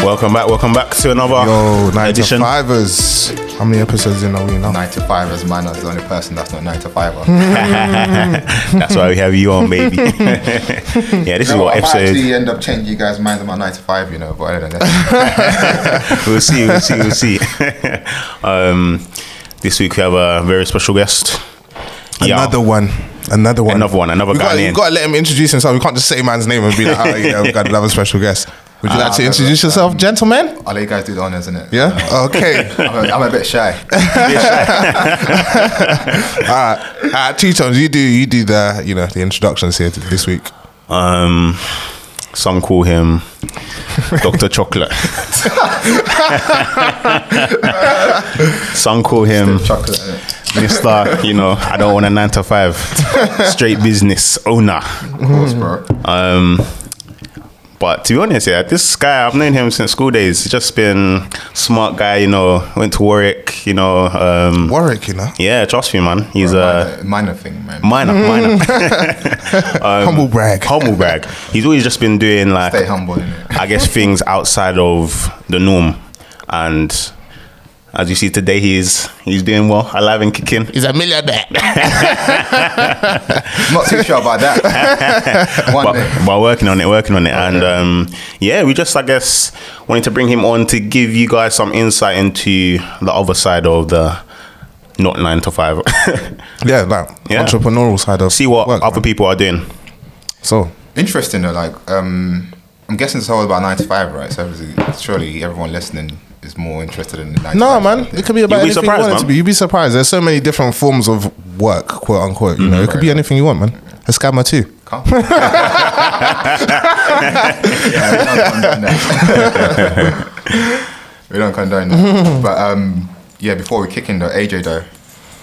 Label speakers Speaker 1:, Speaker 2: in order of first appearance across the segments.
Speaker 1: Welcome back, welcome back to another
Speaker 2: Yo,
Speaker 1: Ah,
Speaker 2: nine
Speaker 1: edition.
Speaker 2: to fivers. How many episodes in are we now? Hmm,
Speaker 3: Nine to five as man as the only person that's not nine to fiver.
Speaker 1: That's why we have you on, baby. yeah, this is
Speaker 3: No,
Speaker 1: what
Speaker 3: I might
Speaker 1: episode.
Speaker 3: actually end up changing you guys' minds about nine to five, you know. But I don't know. That's-
Speaker 1: We'll see, we'll see, we'll see. um, this week we have a very special guest. Yeah,
Speaker 2: Another one. Another one.
Speaker 1: another one, another
Speaker 2: We got, we
Speaker 1: Ghanaian.
Speaker 2: got to let him introduce himself. We can't just say man's name and be like, oh, yeah, we've got another special guest. Would
Speaker 3: Ah,
Speaker 2: you like to introduce yourself, gentlemen?
Speaker 3: I'll let you guys do the honors, innit? Uh,
Speaker 2: Yeah? Okay.
Speaker 3: I'm a, I'm a bit shy.
Speaker 2: All
Speaker 3: Ah,
Speaker 2: right. All right, Ah, two tones. You do, you do the, you know, the introductions here t- this week.
Speaker 1: Um, some call him Doctor Chocolate. some call him
Speaker 3: Chocolate. innit?
Speaker 1: Mister. You know, I don't want a nine to five. Straight business owner.
Speaker 3: Of
Speaker 2: Mm-hmm.
Speaker 3: course, bro.
Speaker 1: Um, but to be honest, yeah, this guy I've known him since school days. He's just been smart guy. You know, went to Warwick. You know, um,
Speaker 2: Warwick, you know.
Speaker 1: yeah, trust me, man. He's a
Speaker 3: minor, minor thing, man.
Speaker 1: minor, minor,
Speaker 2: Humble brag.
Speaker 1: Um, humble brag. He's always just been doing like
Speaker 3: Stay humble, innit?
Speaker 1: I guess things outside of the norm, and as you see today, he's he's doing well, alive and kicking.
Speaker 2: He's a millionaire.
Speaker 3: I'm not too sure about that. One
Speaker 1: But
Speaker 3: day.
Speaker 1: we're working on it, working on it, and um, yeah, we just I guess wanted to bring him on to give you guys some insight into the other side of the not nine to five.
Speaker 2: yeah, that
Speaker 1: Yeah.
Speaker 2: entrepreneurial side of
Speaker 1: See what
Speaker 2: work,
Speaker 1: other
Speaker 2: man.
Speaker 1: people are doing.
Speaker 2: So,
Speaker 3: Interesting though, like um, I'm guessing this whole about nine to five, right? So obviously- surely everyone listening is more interested in the nine. to
Speaker 2: No,
Speaker 3: five
Speaker 2: man.
Speaker 3: than-
Speaker 2: It could be about
Speaker 1: You'll be
Speaker 2: anything you
Speaker 1: surprised,
Speaker 2: want it
Speaker 1: man.
Speaker 2: to be. You'd be surprised. There's so many different forms of work, quote unquote. You know, it could be anything you want, man. A scammer too.
Speaker 3: Calm. Yeah, we don't condone that. we don't condone that. But um, yeah, before we kick in though, AJ though,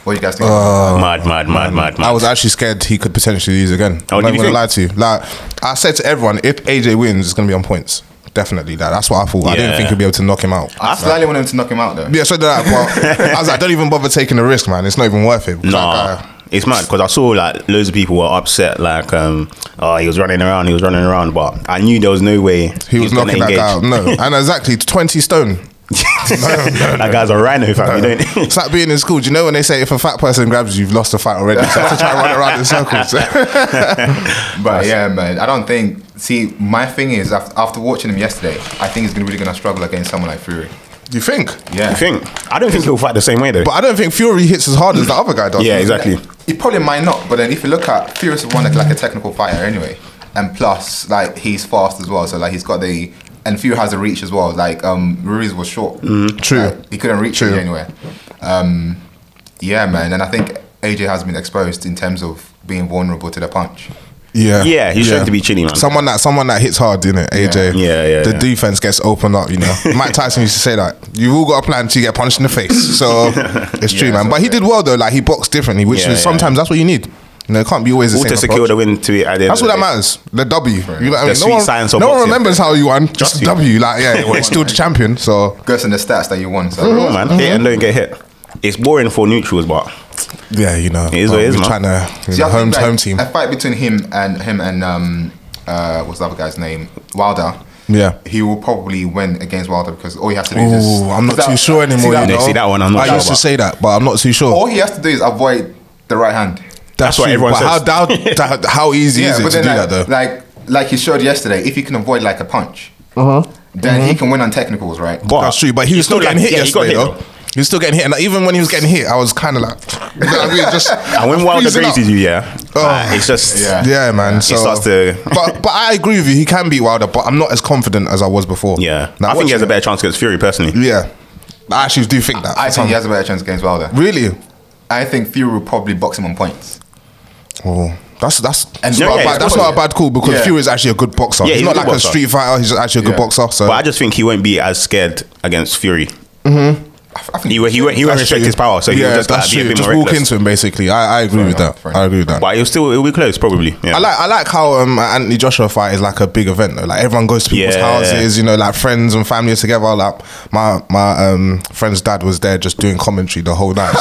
Speaker 3: what do you guys think? about
Speaker 1: mad, mad, mad, mad, mad.
Speaker 2: Oh. I was actually scared he could potentially lose again.
Speaker 1: Oh, did you
Speaker 2: I'm not gonna
Speaker 1: think?
Speaker 2: lie to you. Like I said to everyone, if AJ wins, it's gonna be on points. Definitely. Like that's what I thought. I didn't
Speaker 1: Yeah.
Speaker 2: think he'd be able to knock him out.
Speaker 3: that? I slightly want him to knock him out though.
Speaker 2: Yeah, so did I. But I was like, don't even bother taking the risk, man. It's not even worth it. Because,
Speaker 1: Nah,
Speaker 2: like, uh,
Speaker 1: it's mad because I saw like loads of people were upset. Like, um, oh, he was running around, he was running around, but I knew there was no way
Speaker 2: he was
Speaker 1: gonna
Speaker 2: knocking that
Speaker 1: engage.
Speaker 2: guy out. No. And exactly twenty stone.
Speaker 1: that guy's a rhino, fam. You don't.
Speaker 2: It's like being in school. Do you know when they say if a fat person grabs you, you've lost the fight already? So I have to try and run around in circles.
Speaker 3: But yeah, man, I don't think. See, my thing is af- after watching him yesterday, I think he's gonna really gonna struggle against someone like Fury.
Speaker 2: you think?
Speaker 3: Yeah,
Speaker 1: I think I don't think he'll fight the same way though.
Speaker 2: But I don't think Fury hits as hard as the other guy does.
Speaker 1: yeah, exactly.
Speaker 3: He probably might not, but then if you look at Furious one like, like a technical fighter anyway, and plus like he's fast as well, so like he's got the and Fury has a reach as well. Like um Ruiz was short,
Speaker 2: Mm-hmm. True.
Speaker 3: Like, he couldn't reach
Speaker 2: True.
Speaker 3: it anywhere. Um, yeah, man, and I think AJ has been exposed in terms of being vulnerable to the punch.
Speaker 2: Yeah,
Speaker 1: Yeah, he's trying to be chilly, man.
Speaker 2: Someone that someone that hits hard, you know, AJ.
Speaker 1: Yeah, yeah,
Speaker 2: The
Speaker 1: yeah.
Speaker 2: defense gets opened up, you know. Mike Tyson used to say that you've all got a plan to get punched in the face. So it's true,
Speaker 3: Yeah,
Speaker 2: man. But he
Speaker 3: okay.
Speaker 2: did well though. Like he boxed differently, which
Speaker 1: Yeah,
Speaker 2: is
Speaker 1: yeah.
Speaker 2: sometimes that's what you need. You know, it can't be always the
Speaker 1: All to
Speaker 2: same.
Speaker 1: secure
Speaker 2: approach.
Speaker 1: the win to it. At the end
Speaker 2: That's
Speaker 1: of
Speaker 2: what that
Speaker 1: the day.
Speaker 2: matters. The W. You know what I
Speaker 1: The
Speaker 2: mean?
Speaker 1: sweet science
Speaker 2: no
Speaker 1: of
Speaker 2: one, no one
Speaker 1: boxing.
Speaker 2: remembers how you won.
Speaker 1: Just
Speaker 2: Just
Speaker 1: you.
Speaker 2: W. Like yeah, well, it's still the champion. So
Speaker 3: Goes in the stats that you won. So
Speaker 1: Come on,
Speaker 2: Mm-hmm.
Speaker 1: man. Hit and don't get hit. It's boring for neutrals, but
Speaker 2: yeah, you know,
Speaker 1: It is what it is,
Speaker 2: we're
Speaker 1: man.
Speaker 2: trying to you
Speaker 3: See,
Speaker 2: know,
Speaker 3: I think,
Speaker 2: home
Speaker 3: like,
Speaker 2: home team.
Speaker 3: A fight between him and him and um, uh, what's the other guy's name? Wilder.
Speaker 2: Yeah.
Speaker 3: He will probably win against Wilder because all he has to do is. just-
Speaker 2: Oh, I'm not
Speaker 3: that-
Speaker 2: too sure
Speaker 3: see
Speaker 2: anymore.
Speaker 3: that-
Speaker 2: you
Speaker 1: Yeah,
Speaker 2: know?
Speaker 1: see, that one I'm not
Speaker 2: I
Speaker 1: sure
Speaker 2: used to
Speaker 1: about. Oh,
Speaker 2: say that, but I'm not too sure.
Speaker 3: All he has to do is avoid the right hand.
Speaker 2: That's,
Speaker 1: That's what
Speaker 2: true,
Speaker 1: everyone
Speaker 2: but How, how, how easy is it to do that
Speaker 3: like,
Speaker 2: though?
Speaker 3: like like he showed yesterday, if he can avoid like a punch, then he can win on technicals, right?
Speaker 1: but
Speaker 2: That's true, but he
Speaker 1: you
Speaker 2: was still
Speaker 1: got-
Speaker 2: getting hit
Speaker 1: yeah, you got
Speaker 2: yesterday though.
Speaker 1: though.
Speaker 2: He was still getting hit, and like, even when he was getting hit, I was kind of like, you know what I mean? Just
Speaker 1: And when Wilder
Speaker 2: freezing up. Oh.
Speaker 1: grazes you, yeah, uh, it's just
Speaker 3: Yeah.
Speaker 2: Yeah, man. So,
Speaker 1: starts to-
Speaker 2: but but I agree with you. He can beat Wilder, but I'm not as confident as I was before.
Speaker 1: yeah.
Speaker 2: Now,
Speaker 1: I think he has a
Speaker 2: watching
Speaker 1: better chance against Fury personally.
Speaker 2: it- Yeah, I actually do think that.
Speaker 3: I think
Speaker 2: Some-
Speaker 3: he has a better chance against Wilder.
Speaker 2: really.
Speaker 3: I think Fury will probably box him on points.
Speaker 2: Oh, that's that's
Speaker 3: And-
Speaker 2: that's,
Speaker 3: No,
Speaker 2: not,
Speaker 1: yeah,
Speaker 2: a bad,
Speaker 1: it's
Speaker 2: that's
Speaker 1: good.
Speaker 2: not a bad call because
Speaker 3: Yeah.
Speaker 2: Fury is actually a good boxer.
Speaker 1: Yeah, he's
Speaker 2: he's,
Speaker 1: a
Speaker 2: not
Speaker 1: good
Speaker 2: like
Speaker 1: boxer.
Speaker 2: a street fighter. He's actually a good
Speaker 3: Yeah.
Speaker 2: boxer. So
Speaker 1: But I just think he won't be as scared against Fury.
Speaker 3: I, I think
Speaker 1: He won't, he won't, he won't
Speaker 2: That's
Speaker 1: respect
Speaker 2: true.
Speaker 1: his power, so
Speaker 2: yeah,
Speaker 1: he'll just
Speaker 2: that's
Speaker 1: like, be a
Speaker 2: true.
Speaker 1: bit
Speaker 2: Just
Speaker 1: more
Speaker 2: walk
Speaker 1: reckless.
Speaker 2: into him basically. I, I agree with
Speaker 3: enough,
Speaker 2: that.
Speaker 3: fair
Speaker 2: I agree with that.
Speaker 1: But it'll still it'll be close probably. Yeah.
Speaker 2: I like I like how um, Anthony Joshua fight is like a big event though. Like everyone goes to people's
Speaker 1: Yeah.
Speaker 2: houses, you know, like friends and family are together. Like my my um, friend's dad was there just doing commentary the whole night.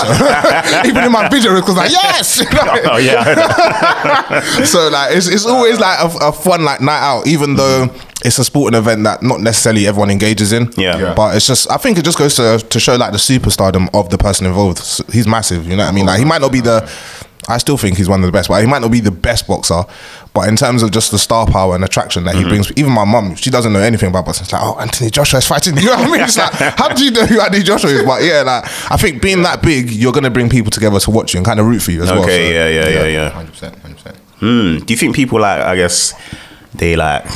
Speaker 2: So even in my video, it was like yes. You know?
Speaker 1: Oh yeah.
Speaker 2: so like it's, it's always like a, a fun like night out even though it's a sporting event that not necessarily everyone engages in.
Speaker 1: Yeah. Yeah.
Speaker 2: But it's just, I think it just goes to, to show like the superstardom of the person involved. S- He's massive, you know what I mean? Like he might not be the, I still think he's one of the best, but he might not be the best boxer. But in terms of just the star power and attraction
Speaker 1: Mm-hmm.
Speaker 2: that he brings, even my mum, she doesn't know anything about boxing. It's like, oh, Anthony Joshua is fighting. You know what I mean? It's like, how do you know who Anthony Joshua is? But yeah, like I think being that big, you're gonna bring people together to watch you and kind of root for you as well.
Speaker 1: Okay,
Speaker 2: so-
Speaker 1: yeah, yeah, yeah, yeah.
Speaker 3: Hundred percent, hundred percent.
Speaker 1: Mm. Do you think people like? I guess they like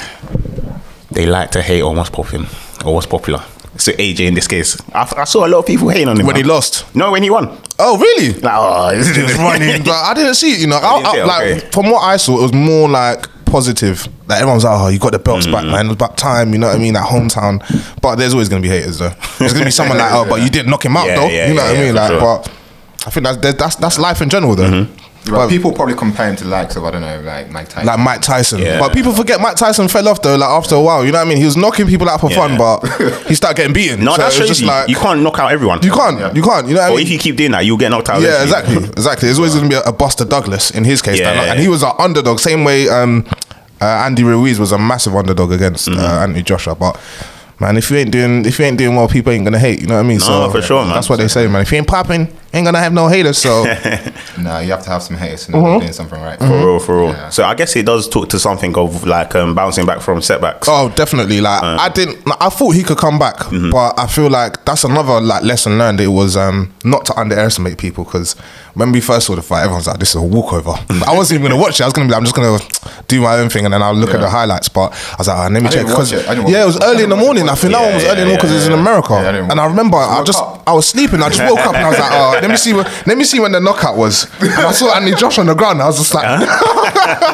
Speaker 1: they like to hate on what's popular or what's popular. So AJ in this case, I, I saw a lot of people hating on him
Speaker 2: When he
Speaker 1: man.
Speaker 2: lost.
Speaker 1: No, when he won.
Speaker 2: Oh, really?
Speaker 1: Like, oh, this is
Speaker 2: running. But I didn't see it, you know. I,
Speaker 1: didn't see
Speaker 2: I-
Speaker 1: it,
Speaker 2: like
Speaker 1: Oh, okay.
Speaker 2: from what I saw, it was more like positive. Like everyone's like, oh, you got the belts back,
Speaker 1: Mm.
Speaker 2: man. It was about time, you know what I mean? That hometown. But there's always gonna be haters though. There's gonna be someone like, oh, but you didn't knock him out
Speaker 1: Yeah,
Speaker 2: though.
Speaker 1: yeah,
Speaker 2: you know what
Speaker 1: yeah,
Speaker 2: I mean?
Speaker 1: yeah,
Speaker 2: Like,
Speaker 1: for sure. Mm-hmm.
Speaker 2: but I think that's that- that's that's life in general though.
Speaker 3: But
Speaker 2: But-
Speaker 3: people probably compare him to the likes of I don't know, like Mike Tyson.
Speaker 2: Like Mike Tyson,
Speaker 1: Yeah.
Speaker 2: but people forget Mike Tyson fell off though. Like after a while, you know what I mean. He was knocking people out for
Speaker 1: Yeah.
Speaker 2: fun, but he started getting beaten.
Speaker 1: No,
Speaker 2: So
Speaker 1: that's
Speaker 2: it was
Speaker 1: crazy.
Speaker 2: like
Speaker 1: you can't knock out everyone.
Speaker 2: you can't,
Speaker 3: Yeah.
Speaker 2: you can't. You know what I
Speaker 1: Or
Speaker 2: mean?
Speaker 1: if you keep doing that, you'll get knocked out.
Speaker 2: Yeah,
Speaker 1: eventually.
Speaker 2: exactly, exactly. There's always going to be a, a Buster Douglas in his case,
Speaker 1: Yeah,
Speaker 2: that-
Speaker 1: yeah,
Speaker 2: and he was an underdog. Same way um, uh, Andy Ruiz was a massive underdog against
Speaker 1: Mm.
Speaker 2: uh, Anthony Joshua. But man, if you ain't doing if you ain't doing well, people ain't going to hate. You know what I mean?
Speaker 1: No, for sure, man.
Speaker 2: That's what they say, man. If you ain't popping, ain't going to have no haters. So
Speaker 3: no, you have to have some haters and you're doing something right.
Speaker 1: For real, for real.
Speaker 3: Yeah.
Speaker 1: So I guess it does talk to something of like um, bouncing back from setbacks.
Speaker 2: oh, definitely. Like
Speaker 3: Uh.
Speaker 2: I didn't, like, I thought he could come back,
Speaker 3: Mm-hmm.
Speaker 2: but I feel like that's another like lesson learned. It was um, not to underestimate people because when we first saw the fight, everyone's like, "This is a walkover." I wasn't even gonna watch it. I was gonna be, like, "I'm just gonna do my own thing," and then I'll look at
Speaker 3: Yeah.
Speaker 2: the highlights. But I was like, "Ah, "Let me
Speaker 3: I
Speaker 2: check."
Speaker 3: didn't watch
Speaker 2: Because
Speaker 3: it. I didn't watch
Speaker 2: yeah, it was
Speaker 3: it. I
Speaker 2: early
Speaker 3: didn't
Speaker 2: in the
Speaker 3: watch it.
Speaker 2: morning. I think that
Speaker 1: Yeah,
Speaker 2: one was
Speaker 1: yeah,
Speaker 2: early in the morning because
Speaker 1: yeah,
Speaker 2: it's in
Speaker 1: yeah.
Speaker 2: America,
Speaker 3: Yeah, I didn't
Speaker 2: and I
Speaker 3: watch it.
Speaker 2: remember I
Speaker 3: woke
Speaker 2: just
Speaker 3: up.
Speaker 2: I was sleeping. I just woke up and I was like, "Oh, let me see. When, let me see when the knockout was." And I saw Andy Josh on the ground. I was just like,
Speaker 3: yeah, I had the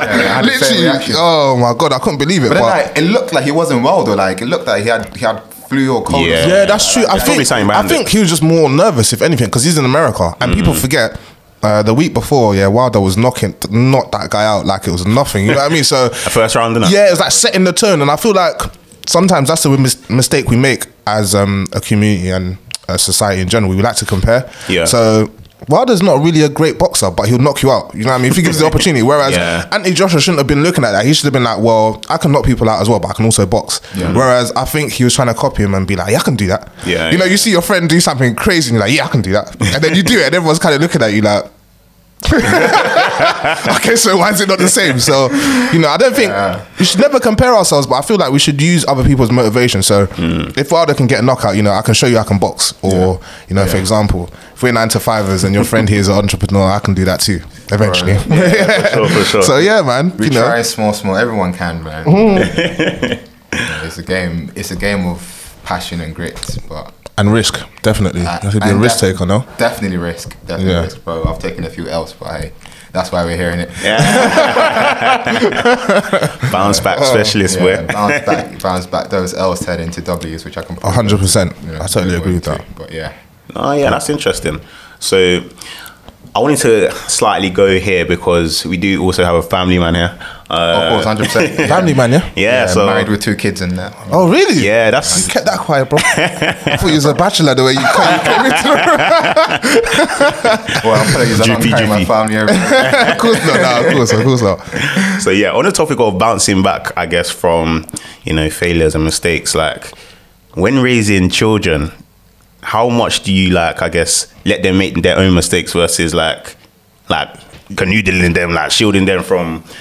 Speaker 3: same
Speaker 2: literally,
Speaker 3: reaction.
Speaker 2: oh my god, I couldn't believe it.
Speaker 3: But then
Speaker 2: but-
Speaker 3: like, it looked like he wasn't well though. Like it looked like he had he had flu or cold.
Speaker 1: Yeah.
Speaker 3: or
Speaker 2: Yeah, that's true. I
Speaker 1: There's probably
Speaker 2: think,
Speaker 1: something
Speaker 2: I
Speaker 1: behind
Speaker 2: think
Speaker 1: it. Mm-hmm.
Speaker 2: he was just more nervous, if anything, because he's in America and people forget. Uh, the week before, yeah, Wilder was knocking, knocked that guy out like it was nothing. You know what I mean? So
Speaker 1: first round, innit?
Speaker 2: Yeah, it was like setting the tone, and I feel like sometimes that's the mis- mistake we make as um, a community and a society in general. We like to compare.
Speaker 1: Yeah.
Speaker 2: So. Wilder's not really a great boxer, but he'll knock you out. You know what I mean? If he gives the opportunity. Whereas
Speaker 1: Yeah.
Speaker 2: Anthony Joshua shouldn't have been looking at that. He should have been like, well, I can knock people out as well, but I can also box. Whereas I think he was trying to copy him and be like, yeah, I can do that.
Speaker 1: Yeah,
Speaker 2: You know,
Speaker 1: yeah.
Speaker 2: you see your friend do something crazy and you're like, yeah, I can do that. And then you do it and everyone's kind of looking at you like, okay, so why is it not the same? So, you know, I don't think we should never compare ourselves, but I feel like we should use other people's motivation. So,
Speaker 1: Mm.
Speaker 2: if Wilder can get a knockout, you know, I can show you I can box, or you know, for example, if we're nine to fivers and your friend here is an entrepreneur, I can do that too eventually.
Speaker 1: for sure, for sure.
Speaker 2: So yeah, man,
Speaker 3: We
Speaker 2: you know, Mm-hmm.
Speaker 3: try small, small. Everyone can, man. Yeah, it's a game. It's a game of passion and grit, but
Speaker 2: and risk definitely.
Speaker 3: I-
Speaker 2: That should be a
Speaker 3: Uh, and
Speaker 2: risk
Speaker 3: def-
Speaker 2: taker, no?
Speaker 3: Definitely risk. Definitely
Speaker 2: Yeah.
Speaker 3: risk, bro. I've taken a few L's, but hey, that's why we're hearing it.
Speaker 1: Bounce back
Speaker 2: Oh,
Speaker 1: specialist,
Speaker 3: Yeah,
Speaker 1: where
Speaker 3: bounce back, bounce back. Those L's turned into W's, which I can.
Speaker 2: A hundred percent. I totally agree with
Speaker 3: to,
Speaker 2: that.
Speaker 3: But yeah,
Speaker 1: Oh yeah, that's interesting. So I wanted to slightly go here because we do also have a family man here. Uh,
Speaker 3: of course, hundred percent.
Speaker 2: Family man, yeah.
Speaker 1: yeah, so
Speaker 3: married with two kids and that.
Speaker 2: Oh really?
Speaker 1: yeah,
Speaker 2: You
Speaker 1: that's
Speaker 2: kept that quiet, bro. I thought you was a bachelor the way you came, you came into the room.
Speaker 3: Well, I'm telling you, I'm
Speaker 1: GP.
Speaker 3: carrying my family. everywhere.
Speaker 2: Of course not, nah, of course, of course not.
Speaker 1: so yeah. On the topic of bouncing back, I guess from you know failures and mistakes, like when raising children, how much do you like? I guess let them make their own mistakes versus like like canoodling them, like shielding them from.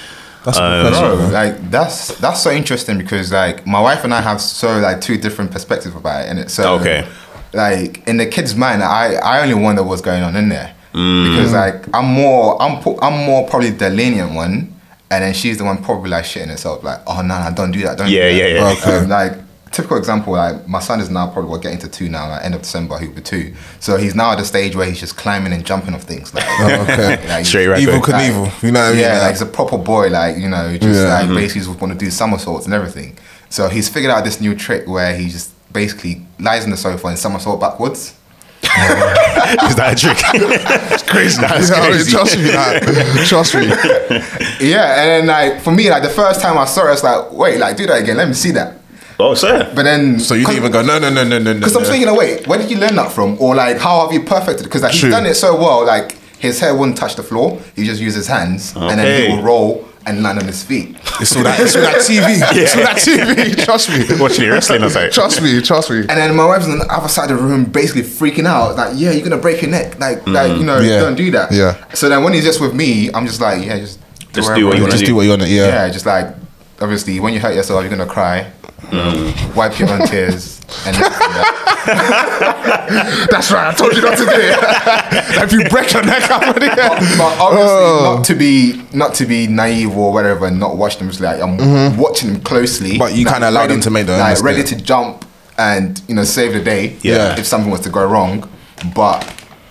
Speaker 2: Um, That's a good question.
Speaker 3: Bro, like that's that's so interesting because like my wife and I have so like two different perspectives about it, and it's so
Speaker 1: Okay.
Speaker 3: Like in the kid's mind, I I only wonder what's going on in there
Speaker 1: Mm.
Speaker 3: because like I'm more I'm po- I'm more probably the lenient one, and then she's the one probably like shitting herself like oh no no don't do that don't
Speaker 1: Yeah,
Speaker 3: do that.
Speaker 1: yeah, yeah.
Speaker 2: Okay.
Speaker 3: Um, like typical example like my son is now probably what getting to two now like end of December he'll be two so he's now at the stage where he's just climbing and jumping off things like,
Speaker 2: okay.
Speaker 3: like,
Speaker 1: Straight right
Speaker 2: Evil
Speaker 1: back.
Speaker 3: like-
Speaker 2: Knievel, you know what I mean?
Speaker 3: Yeah, like
Speaker 2: Like-
Speaker 3: he's a proper boy, like, you know, just
Speaker 2: Yeah. Mm-hmm.
Speaker 3: like basically just want to do somersaults and everything. So he's figured out this new trick where he just basically lies on the sofa and somersault backwards.
Speaker 1: Is that a trick? That's crazy. That's
Speaker 2: Yeah, I mean,
Speaker 1: crazy.
Speaker 2: Trust me, like, trust me.
Speaker 3: Yeah, and then like for me, like the first time I saw it, I was like, wait, like do that again, let me see that.
Speaker 1: Oh, sir.
Speaker 3: But then
Speaker 2: So you didn't even go, no, no, no, no, no, no.
Speaker 3: Because I'm thinking, oh, wait, where did you learn that from? Or like, how have you perfected it? Because like, he's
Speaker 2: True.
Speaker 3: done it so well, like his hair wouldn't touch the floor. He just used his hands, and then
Speaker 1: Okay.
Speaker 3: he will roll and land on his feet.
Speaker 2: It's all that, it's all that TV. It's all that TV. Trust me.
Speaker 1: Watching it wrestling, I was like-
Speaker 2: Trust me, trust me.
Speaker 3: And then my wife's on the other side of the room, basically freaking out, like, "Yeah, you're gonna break your neck, like,
Speaker 1: Mm.
Speaker 3: like you know,
Speaker 2: Yeah.
Speaker 3: don't do that."
Speaker 2: Yeah.
Speaker 3: So then when he's just with me, I'm just like, "Yeah, just
Speaker 1: Just
Speaker 3: whatever
Speaker 1: do what you wanna
Speaker 2: Just do what you want to, yeah.
Speaker 3: Yeah, just like obviously when you hurt yourself, you're gonna cry,
Speaker 1: Mm.
Speaker 3: wipe your own tears, and then-
Speaker 2: That's right, I told you not to do it. if you break your neck, I'm ready.
Speaker 3: but obviously
Speaker 2: Oh.
Speaker 3: not to be not to be naive or whatever, and not watch them. It's like I'm watching them closely.
Speaker 2: Mm-hmm. But you
Speaker 3: like,
Speaker 2: kinda allow them
Speaker 3: ready-
Speaker 2: to make their own
Speaker 3: like
Speaker 2: mistake.
Speaker 3: ready to jump and you know save the day.
Speaker 1: Yeah.
Speaker 3: if something was to go wrong, but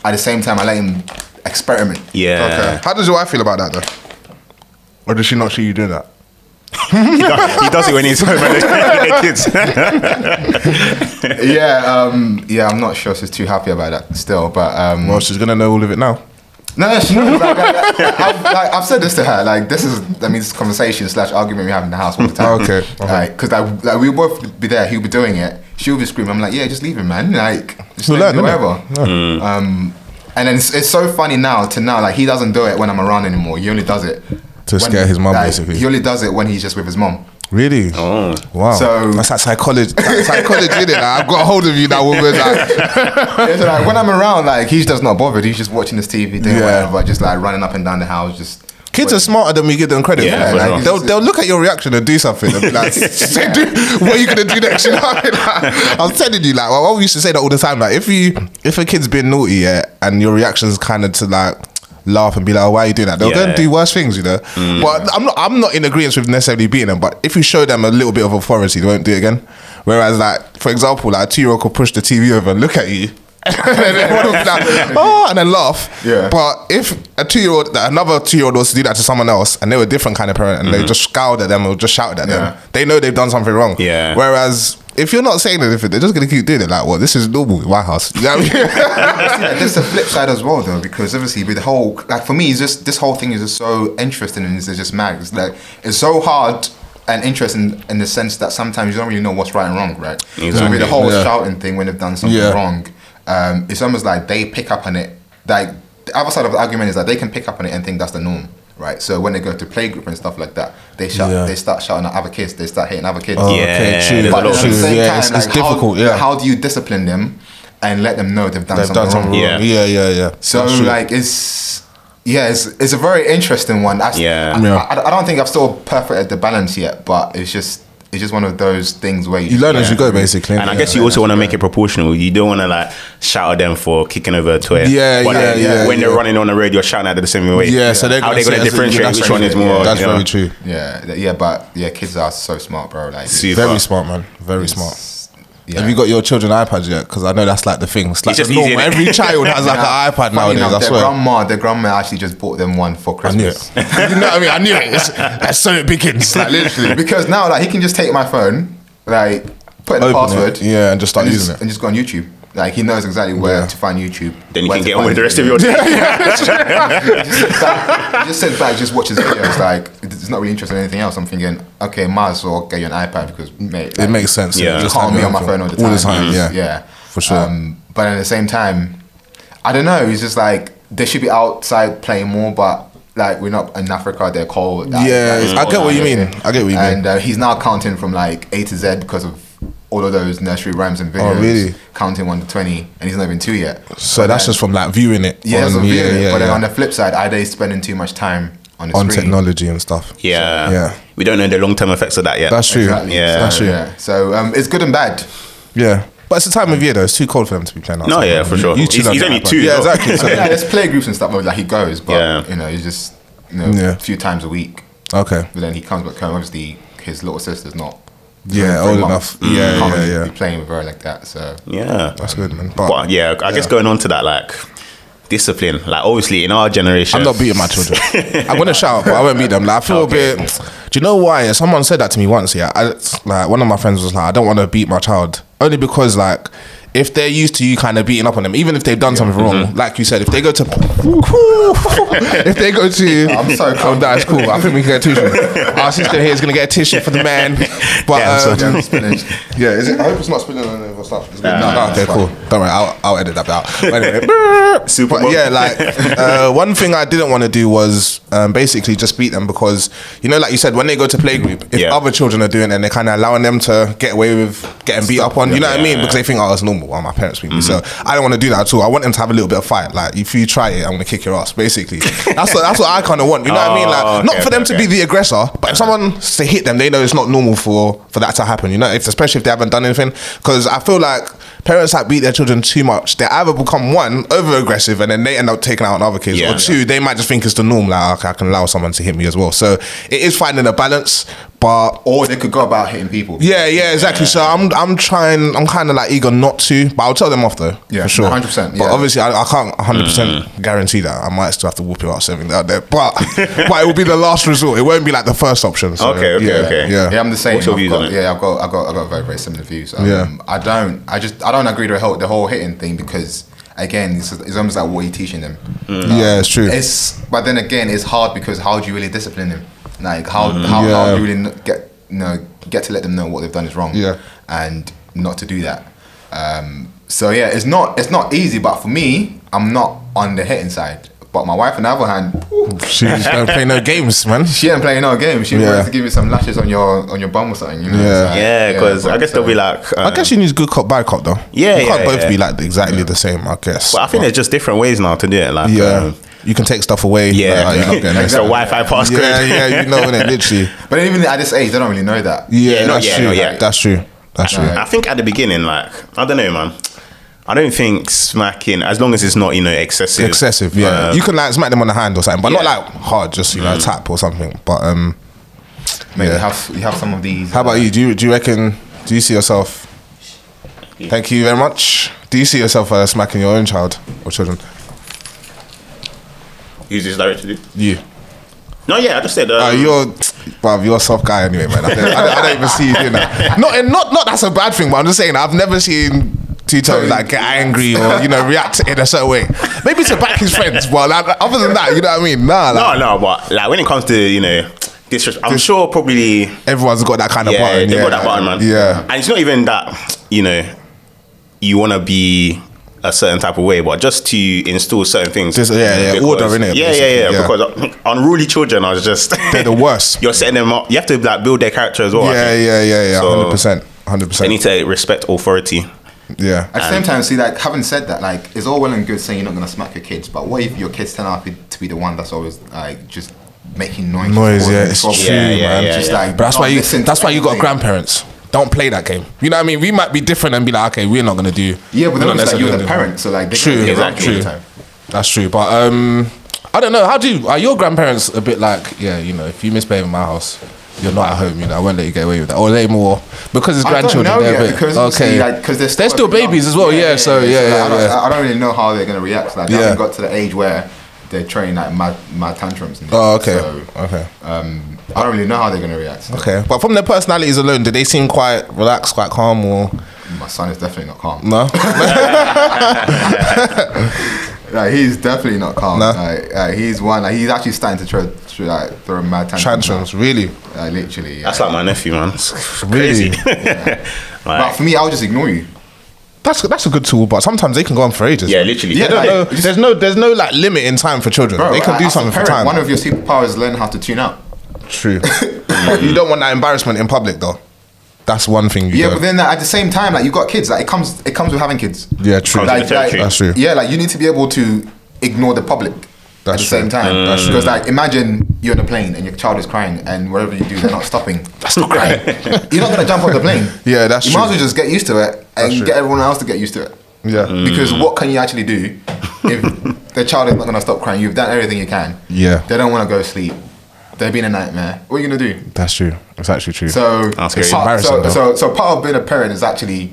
Speaker 3: at the same time, I let him experiment.
Speaker 1: Yeah.
Speaker 2: Okay. How does your wife feel about that though? Or does she not see you doing that?
Speaker 1: He does, he does it when he's home and the kids.
Speaker 3: yeah, um, yeah. I'm not sure she's too happy about that still, but um,
Speaker 2: Well, she's gonna know all of it now.
Speaker 3: No, no, she knows. Like, like, I've, like, I've said this to her. Like, this is, I mean, this is conversation slash argument we have in the house all the time.
Speaker 2: Okay, okay.
Speaker 3: Like, because like, like, we both be there. He'll be doing it. She'll be screaming. I'm like, yeah, just leave him, man. Like, just
Speaker 2: He'll
Speaker 3: let him do
Speaker 2: learn,
Speaker 3: whatever.
Speaker 2: innit? Mm.
Speaker 3: Um, and then it's, it's so funny now to now, like, he doesn't do it when I'm around anymore. He only does it
Speaker 2: To
Speaker 3: when-
Speaker 2: scare his mum,
Speaker 3: like,
Speaker 2: basically.
Speaker 3: He only does it when he's just with his mum.
Speaker 2: Really?
Speaker 1: Oh.
Speaker 2: Wow.
Speaker 3: So-
Speaker 2: that's that psychology. That psychology, innit? Like, I've got hold of you now, woman. Like,
Speaker 3: Yeah, so, like, when I'm around, like, he's just not bothered. He's just watching his TV, doing
Speaker 2: Yeah.
Speaker 3: whatever, just like running up and down the house, just.
Speaker 2: kids are smarter than we give them credit
Speaker 1: Yeah,
Speaker 2: for.
Speaker 1: for
Speaker 2: Like,
Speaker 1: sure.
Speaker 2: they'll, they'll look at your reaction and do something and be like, "Say, dude, what are you going to do next? You know what I mean? Like, I'm telling you, like, well, I used to say that all the time. Like, if you if a kid's been naughty yeah, and your reaction's kind of to like, Laugh and be like, oh, why are you doing that? They're
Speaker 1: Yeah. Mm.
Speaker 2: gonna do worse things, you know. But I'm not. I'm not in agreement with necessarily beating them. But if you show them a little bit of authority, they won't do it again. Whereas, like for example, like a two year old could push the TV over and look at you, and then everyone would be like, oh, and then laugh.
Speaker 3: Yeah.
Speaker 2: But but Uh, if a two year old, another two year old was to do that to someone else and they were a different kind of parent and they just scowled at them or just shouted at
Speaker 3: Yeah.
Speaker 2: them, they know they've done something wrong.
Speaker 1: Yeah.
Speaker 2: Whereas if you're not saying anything, they're just going to keep doing it. Like, well, this is normal in my house. You know what I mean?
Speaker 3: yeah, there's a flip side as well though because obviously with the whole like for me it's just this whole thing is just so interesting and it's just mad it's like it's so hard and interesting in the sense that sometimes you don't really know what's right and wrong right so
Speaker 1: Exactly.
Speaker 3: with the whole
Speaker 2: Yeah.
Speaker 3: shouting thing when they've done something
Speaker 2: Yeah.
Speaker 3: wrong um, it's almost like they pick up on it like the other side of the argument is that they can pick up on it and think that's the norm right so when they go to playgroup and stuff like that they shout
Speaker 2: Yeah.
Speaker 3: they start shouting at other kids they start hitting other kids
Speaker 1: Yeah,
Speaker 2: okay, true.
Speaker 1: there's a
Speaker 3: but
Speaker 1: lot
Speaker 3: at
Speaker 1: of
Speaker 3: the
Speaker 2: true.
Speaker 1: things.
Speaker 3: same
Speaker 2: Yeah,
Speaker 3: time,
Speaker 2: it's,
Speaker 3: like,
Speaker 2: it's difficult.
Speaker 3: how,
Speaker 2: yeah.
Speaker 3: how do you discipline them and let them know they've done,
Speaker 2: they've
Speaker 3: something,
Speaker 2: done something
Speaker 3: wrong?
Speaker 2: wrong.
Speaker 1: Yeah.
Speaker 2: Yeah, yeah, yeah. yeah.
Speaker 1: Oh,
Speaker 3: So
Speaker 2: That's true.
Speaker 3: like it's yeah, it's, it's a very interesting one. I,
Speaker 1: Yeah.
Speaker 3: I,
Speaker 2: Yeah.
Speaker 3: I, I don't think I've still perfected the balance yet, but it's just it's just one of those things where
Speaker 2: you learn as you go, basically.
Speaker 1: And I guess you also want to make it proportional. You don't want to like shout at them for kicking over a toy.
Speaker 2: Yeah,
Speaker 1: But
Speaker 2: yeah,
Speaker 1: then
Speaker 2: yeah,
Speaker 1: When they're
Speaker 2: yeah.
Speaker 1: running on the road, you're shouting at them the same way.
Speaker 2: yeah, so they're
Speaker 1: how are
Speaker 2: gonna
Speaker 1: they
Speaker 2: see
Speaker 1: going
Speaker 2: it
Speaker 1: to
Speaker 2: as a-
Speaker 1: differentiate
Speaker 2: that's
Speaker 1: which one
Speaker 2: true.
Speaker 1: is more?
Speaker 2: That's
Speaker 1: you know?
Speaker 2: very true.
Speaker 3: Yeah, th- yeah, but yeah, kids are so smart, bro. Like,
Speaker 1: See,
Speaker 2: Very
Speaker 1: but
Speaker 2: smart, man. Very smart.
Speaker 3: yeah.
Speaker 2: Have you got your children iPads yet? Because I know that's like the thing. It's like
Speaker 1: It's just
Speaker 2: the norm.
Speaker 1: easy, innit?
Speaker 2: Every child has like an iPad
Speaker 3: Funny
Speaker 2: nowadays.
Speaker 3: enough,
Speaker 2: I
Speaker 3: their
Speaker 2: swear.
Speaker 3: grandma, their grandma actually just bought them one for
Speaker 2: I knew
Speaker 3: Christmas.
Speaker 2: it. you know what I mean? I knew it. It's, that's so it begins. Like literally.
Speaker 3: because now, like, he can just take my phone, like, put in the
Speaker 2: Open
Speaker 3: password,
Speaker 2: it, yeah, and just start
Speaker 3: and
Speaker 2: using
Speaker 3: just,
Speaker 2: it.
Speaker 3: and just go on YouTube. Like, he knows exactly where to find YouTube.
Speaker 1: Then you
Speaker 3: where
Speaker 1: can
Speaker 3: to
Speaker 1: get on with
Speaker 3: find
Speaker 1: the rest of
Speaker 3: videos.
Speaker 1: your day.
Speaker 3: just sits back, just sits back, just watches videos. Like it's not really interested in anything else. I'm thinking, okay, might as well get you an iPad because mate,
Speaker 2: It makes sense.
Speaker 1: Yeah.
Speaker 2: Just
Speaker 3: can't
Speaker 2: have
Speaker 3: be
Speaker 2: your
Speaker 3: on my
Speaker 2: iPhone.
Speaker 3: phone all the time.
Speaker 2: All the time. Yeah.
Speaker 3: It's- yeah,
Speaker 2: For sure.
Speaker 3: Um, but at the same time, I don't know. It's just like they should be outside playing more, but like we're not in Africa. They're cold. like,
Speaker 2: Yeah,
Speaker 3: like,
Speaker 2: I get what you mean. I get what you mean.
Speaker 3: And uh, he's now counting from like A to Z because of. All of those nursery rhymes and videos,
Speaker 2: Oh, really?
Speaker 3: counting one to twenty, and he's not even two yet.
Speaker 2: So
Speaker 3: But
Speaker 2: that's
Speaker 3: then-
Speaker 2: just from like viewing it.
Speaker 3: yeah, that's
Speaker 2: on,
Speaker 3: what we do. but then
Speaker 2: yeah.
Speaker 3: on the flip side, are they spending too much time on the
Speaker 2: on
Speaker 3: screen?
Speaker 2: technology and stuff.
Speaker 1: Yeah.
Speaker 2: Yeah.
Speaker 1: We don't know the long term effects of that yet.
Speaker 2: That's true.
Speaker 3: Exactly.
Speaker 1: Yeah.
Speaker 3: So,
Speaker 2: That's true. Yeah.
Speaker 3: Yeah. So um, it's good and bad.
Speaker 2: But it's the time of year though. It's too cold for them to be playing outside.
Speaker 1: No, yeah, for sure.
Speaker 2: You two
Speaker 1: He's-
Speaker 2: love
Speaker 1: he's
Speaker 2: that
Speaker 1: only
Speaker 2: iPad.
Speaker 1: two,
Speaker 2: Yeah,
Speaker 1: though.
Speaker 2: exactly. so-
Speaker 3: yeah, there's play groups and stuff like he goes, but
Speaker 1: Yeah.
Speaker 3: you know, he's just you know,
Speaker 2: Yeah.
Speaker 3: a few times a week.
Speaker 2: Okay.
Speaker 3: But then he comes back home. Obviously, his little sister's not.
Speaker 2: Yeah,
Speaker 3: very
Speaker 2: old
Speaker 3: much-
Speaker 2: enough.
Speaker 3: you
Speaker 2: Yeah,
Speaker 3: can't
Speaker 2: yeah,
Speaker 3: really
Speaker 2: yeah.
Speaker 3: Be playing with her like that. So
Speaker 1: Yeah.
Speaker 2: That's good, man. But,
Speaker 1: But yeah, I guess going on to that, like discipline, like obviously in our generation,
Speaker 2: I'm not beating my children. I'm gonna shout, but I won't beat them. Like I feel a bit. Do you know why? Someone said that to me once. Yeah, I, like one of my friends was like, I don't want to beat my child only because like if they're used to you kind of beating up on them, even if they've done something wrong,
Speaker 1: Mm-hmm.
Speaker 2: like you said, if they go to, if they go to,
Speaker 3: I'm so
Speaker 2: oh, that's cool. I think we can get a tissue. Our sister here is gonna get a tissue for the man. But
Speaker 1: Yeah, I'm so-
Speaker 2: um,
Speaker 3: Yeah, spinach.
Speaker 2: yeah, is it? I hope it's not spilling on any of our stuff. It's good.
Speaker 1: Nah,
Speaker 2: no,
Speaker 1: nah,
Speaker 2: okay,
Speaker 1: it's
Speaker 2: cool. Don't worry, I'll, I'll edit that bit out. But anyway,
Speaker 1: Super
Speaker 2: but
Speaker 1: Bowl.
Speaker 2: yeah, like uh, one thing I didn't want to do was um, basically just beat them because you know, like you said, when they go to playgroup, if
Speaker 1: Yeah.
Speaker 2: other children are doing it, and they're kind of allowing them to get away with getting beat up on. You know what I mean? Because they think, oh, it's normal. Well, my parents beat me,
Speaker 1: Mm-hmm.
Speaker 2: so I don't want to do that at all. I want them to have a little bit of fight. Like if you try it, I'm gonna kick your ass. Basically, that's what that's what I kind of want. You know what I mean? Like
Speaker 1: Oh,
Speaker 2: not
Speaker 1: okay,
Speaker 2: for them
Speaker 1: okay,
Speaker 2: to be
Speaker 1: okay.
Speaker 2: the aggressor, but if someone's to hit them, they know it's not normal for for that to happen. You know, if especially if they haven't done anything, because I feel like parents that beat their children too much, they either become one over aggressive and then they end up taking out on other kids,
Speaker 1: Yeah.
Speaker 2: or two, they might just think it's the norm. Like okay, I can allow someone to hit me as well. So it is finding a balance, but
Speaker 3: Or they could go about hitting people.
Speaker 2: yeah, yeah, exactly. So I'm, I'm trying, I'm kind of like eager not to, but I'll tell them off though.
Speaker 3: Yeah,
Speaker 2: for sure,
Speaker 3: 100%,
Speaker 2: But
Speaker 3: yeah.
Speaker 2: obviously, I, I can't 100
Speaker 1: Mm.
Speaker 2: percent guarantee that. I might still have to whoop your ass something out there, but but it will be the last resort. It won't be like the first option. So,
Speaker 1: Okay, okay,
Speaker 2: yeah,
Speaker 1: okay.
Speaker 2: Yeah,
Speaker 3: Yeah, I'm the same.
Speaker 1: What's your
Speaker 3: I've
Speaker 1: views
Speaker 3: got-
Speaker 1: on it?
Speaker 3: Yeah, I've got, I've got, I've got very, very similar views. Um,
Speaker 2: Yeah.
Speaker 3: I don't, I just, I don't agree with the whole, the whole hitting thing because, again, it's, it's almost like what are you teaching them?
Speaker 2: yeah, it's true.
Speaker 3: It's, but then again, it's hard because how do you really discipline them? Like how,
Speaker 1: Mm.
Speaker 3: how,
Speaker 2: Yeah.
Speaker 3: how do you really kn- get, you know, get to let them know what they've done is wrong?
Speaker 2: Yeah.
Speaker 3: and not to do that. Um, so yeah, it's not, it's not easy. But for me, I'm not on the hitting side. But my wife, on the other hand,
Speaker 2: she just don't play no games, man.
Speaker 3: she ain't playing no game. She
Speaker 2: Yeah.
Speaker 3: wants to give you some lashes on your on your bum or something. You know?
Speaker 2: Yeah. uh,
Speaker 3: It's like,
Speaker 1: Yeah, because I
Speaker 3: but-
Speaker 1: guess they'll be like. uh,
Speaker 2: I guess you need good cop, bad cop though.
Speaker 1: Yeah,
Speaker 2: you can't
Speaker 1: yeah,
Speaker 2: both
Speaker 1: yeah.
Speaker 2: be like exactly the same. I guess.
Speaker 1: But I think there's just different ways now to do it. Like,
Speaker 2: yeah,
Speaker 1: um,
Speaker 2: you can take stuff away.
Speaker 1: yeah,
Speaker 2: like, you're not getting
Speaker 1: extra
Speaker 2: this.
Speaker 1: Wi-Fi passcode.
Speaker 2: yeah, yeah, you know, innit? literally.
Speaker 3: But even at this age, they don't really know that.
Speaker 2: Yeah,
Speaker 1: Yeah, not
Speaker 2: that's
Speaker 1: yet,
Speaker 2: true.
Speaker 1: not yet.
Speaker 2: That's true. That's true.
Speaker 1: I think at the beginning, like I don't know, man. I don't think smacking, as long as it's not you know excessive.
Speaker 2: excessive. Yeah,
Speaker 1: uh,
Speaker 2: you can like smack them on the hand or something, but not
Speaker 1: Yeah. Mm.
Speaker 2: like hard. Just you know, tap or something. But um,
Speaker 3: Maybe
Speaker 2: Yeah.
Speaker 3: you have you have some of these.
Speaker 2: how about you? Do you do you reckon? Do you see yourself? Thank you very much. Do you see yourself uh, smacking your own child or children?
Speaker 1: Use this directed you.
Speaker 2: You.
Speaker 1: No, yeah, I just said. Um,
Speaker 2: Uh, you're, bruv, you're a soft guy anyway, man. I don't, I don't, I don't even see you doing that. Not, and not, not that's a bad thing, but I'm just saying I've never seen Tito like get angry or you know react in a certain way. Maybe to back his friends, but like, other than that, you know what I mean? Nah, like,
Speaker 1: no, no, but like when it comes to you know disrespect, I'm sure probably
Speaker 2: everyone's got that kind of
Speaker 1: yeah,
Speaker 2: button.
Speaker 1: they
Speaker 2: yeah,
Speaker 1: got that button, man.
Speaker 2: Yeah,
Speaker 1: and it's not even that you know you want to be a certain type of way, but just to install certain things.
Speaker 2: Just, yeah, yeah, order, innit,
Speaker 1: Yeah,
Speaker 2: basically,
Speaker 1: yeah, yeah,
Speaker 2: yeah.
Speaker 1: Because unruly children are just
Speaker 2: they're the worst.
Speaker 1: You're setting them up. You have to like build their character as well. I
Speaker 2: Yeah,
Speaker 1: think.
Speaker 2: yeah, yeah, yeah.
Speaker 1: So-
Speaker 2: Hundred percent, hundred
Speaker 1: They need
Speaker 2: percent.
Speaker 1: to respect authority.
Speaker 2: Yeah,
Speaker 3: At the
Speaker 1: Um,
Speaker 3: same time, see, like having said that, like it's all well and good saying you're not gonna smack your kids, but what if your kids turn out to be the one that's always like just making noise?
Speaker 2: noise.
Speaker 3: causing
Speaker 2: Yeah, it's true,
Speaker 3: trouble?
Speaker 1: Yeah, yeah,
Speaker 2: man.
Speaker 1: yeah,
Speaker 3: Just
Speaker 1: yeah.
Speaker 3: like
Speaker 2: But that's
Speaker 3: not
Speaker 2: why you.
Speaker 3: listen to
Speaker 2: That's why you got
Speaker 3: anything.
Speaker 2: grandparents. Don't play that game. You know what I mean? We might be different and be like, okay, we're not gonna do.
Speaker 3: Yeah, but
Speaker 2: we're not
Speaker 3: then it's like
Speaker 2: necessarily
Speaker 3: you're
Speaker 2: gonna
Speaker 3: the
Speaker 2: do-
Speaker 3: parent, so like they
Speaker 2: True,
Speaker 3: can't be around
Speaker 1: exactly.
Speaker 3: you all the time.
Speaker 2: That's true. But um, I don't know. How do you, are your grandparents a bit like? Yeah, you know, if you misbehave in my house. You're not at home, you know. I won't let you get away with that. Or they more because it's
Speaker 3: I don't
Speaker 2: grandchildren.
Speaker 3: know
Speaker 2: they're a
Speaker 3: yet,
Speaker 2: bit-
Speaker 3: because
Speaker 2: okay,
Speaker 3: obviously, like, cause they're, still
Speaker 2: still
Speaker 3: very young.
Speaker 2: babies as well. Yeah, so yeah,
Speaker 3: like,
Speaker 2: yeah,
Speaker 3: I, don't,
Speaker 2: yeah.
Speaker 3: I don't really know how they're gonna react. Like, they
Speaker 2: Yeah.
Speaker 3: haven't got to the age where they're training like mad, mad tantrums. And
Speaker 2: oh, okay,
Speaker 3: So,
Speaker 2: okay.
Speaker 3: um, I don't really know how they're gonna react.
Speaker 2: Okay, but from their personalities alone, do they seem quite relaxed, quite calm, or
Speaker 3: My son is definitely not calm.
Speaker 2: no?
Speaker 3: Like he's definitely not calm.
Speaker 2: No.
Speaker 3: Like, like, he's one. Like he's actually starting to try, try like throw a mad tantrum.
Speaker 2: Tantrums, really?
Speaker 3: Like, literally. Yeah.
Speaker 1: That's like my nephew, man. It's
Speaker 2: Really?
Speaker 1: crazy.
Speaker 3: but
Speaker 1: like,
Speaker 3: for me, I'll just ignore you.
Speaker 2: That's that's a good tool, but sometimes they can go on for ages.
Speaker 1: yeah, literally.
Speaker 2: They
Speaker 3: Yeah,
Speaker 2: don't
Speaker 3: like,
Speaker 2: know-
Speaker 3: you just-
Speaker 2: there's no there's no like limit in time for children.
Speaker 3: Bro,
Speaker 2: they can
Speaker 3: like,
Speaker 2: do
Speaker 3: as a
Speaker 2: something for
Speaker 3: parent,
Speaker 2: time.
Speaker 3: One of your superpowers is learn how to tune out.
Speaker 2: True. you don't want that embarrassment in public though. That's one thing you
Speaker 3: Yeah,
Speaker 2: don't.
Speaker 3: but then like, at the same time, like you got kids. Like it comes, it comes with having kids.
Speaker 2: yeah, true.
Speaker 1: Comes with the territory.
Speaker 2: That's true.
Speaker 3: Yeah, like you need to be able to ignore the public. at
Speaker 2: That's
Speaker 3: the
Speaker 2: true.
Speaker 3: same time, because like imagine you're on a plane and your child is crying, and whatever you do, they're not stopping. That's not crying. you're not gonna jump off the plane.
Speaker 2: Yeah, that's
Speaker 3: you
Speaker 2: true.
Speaker 3: might as well just get used to it and
Speaker 2: true.
Speaker 3: get everyone else to get used to it.
Speaker 2: Yeah. Mm.
Speaker 3: Because what can you actually do if the child is not going to stop crying? You've done everything you can.
Speaker 2: Yeah.
Speaker 3: They don't want to go sleep. They've been a nightmare. What are you going to do?
Speaker 2: That's true. It's actually true.
Speaker 3: So,
Speaker 1: That's scary.
Speaker 3: part,
Speaker 2: Embarrassing,
Speaker 3: so,
Speaker 2: though.
Speaker 3: so, so part of being a parent is actually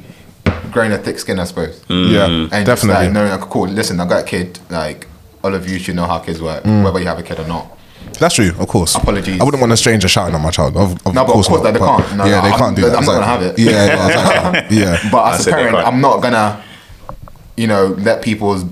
Speaker 3: growing a thick skin, I suppose.
Speaker 2: yeah,
Speaker 3: And just
Speaker 2: definitely.
Speaker 3: like knowing, like, cool, listen, I've got a kid. Like, all of you should know how kids work,
Speaker 2: Mm.
Speaker 3: whether you have a kid or not.
Speaker 2: That's true, of course.
Speaker 3: Apologies.
Speaker 2: I wouldn't want a stranger shouting at my child. Of, of
Speaker 3: No, but of
Speaker 2: course,
Speaker 3: course,
Speaker 2: not,
Speaker 3: like, they
Speaker 2: but-
Speaker 3: can't. No,
Speaker 2: yeah,
Speaker 3: no,
Speaker 2: they
Speaker 3: I'm-
Speaker 2: can't do that.
Speaker 3: I'm not gonna have it.
Speaker 2: Yeah, no, exactly. yeah.
Speaker 3: But
Speaker 1: I
Speaker 3: as
Speaker 1: said
Speaker 3: a
Speaker 1: they
Speaker 3: parent,
Speaker 1: can't.
Speaker 3: I'm not going to you know, let people's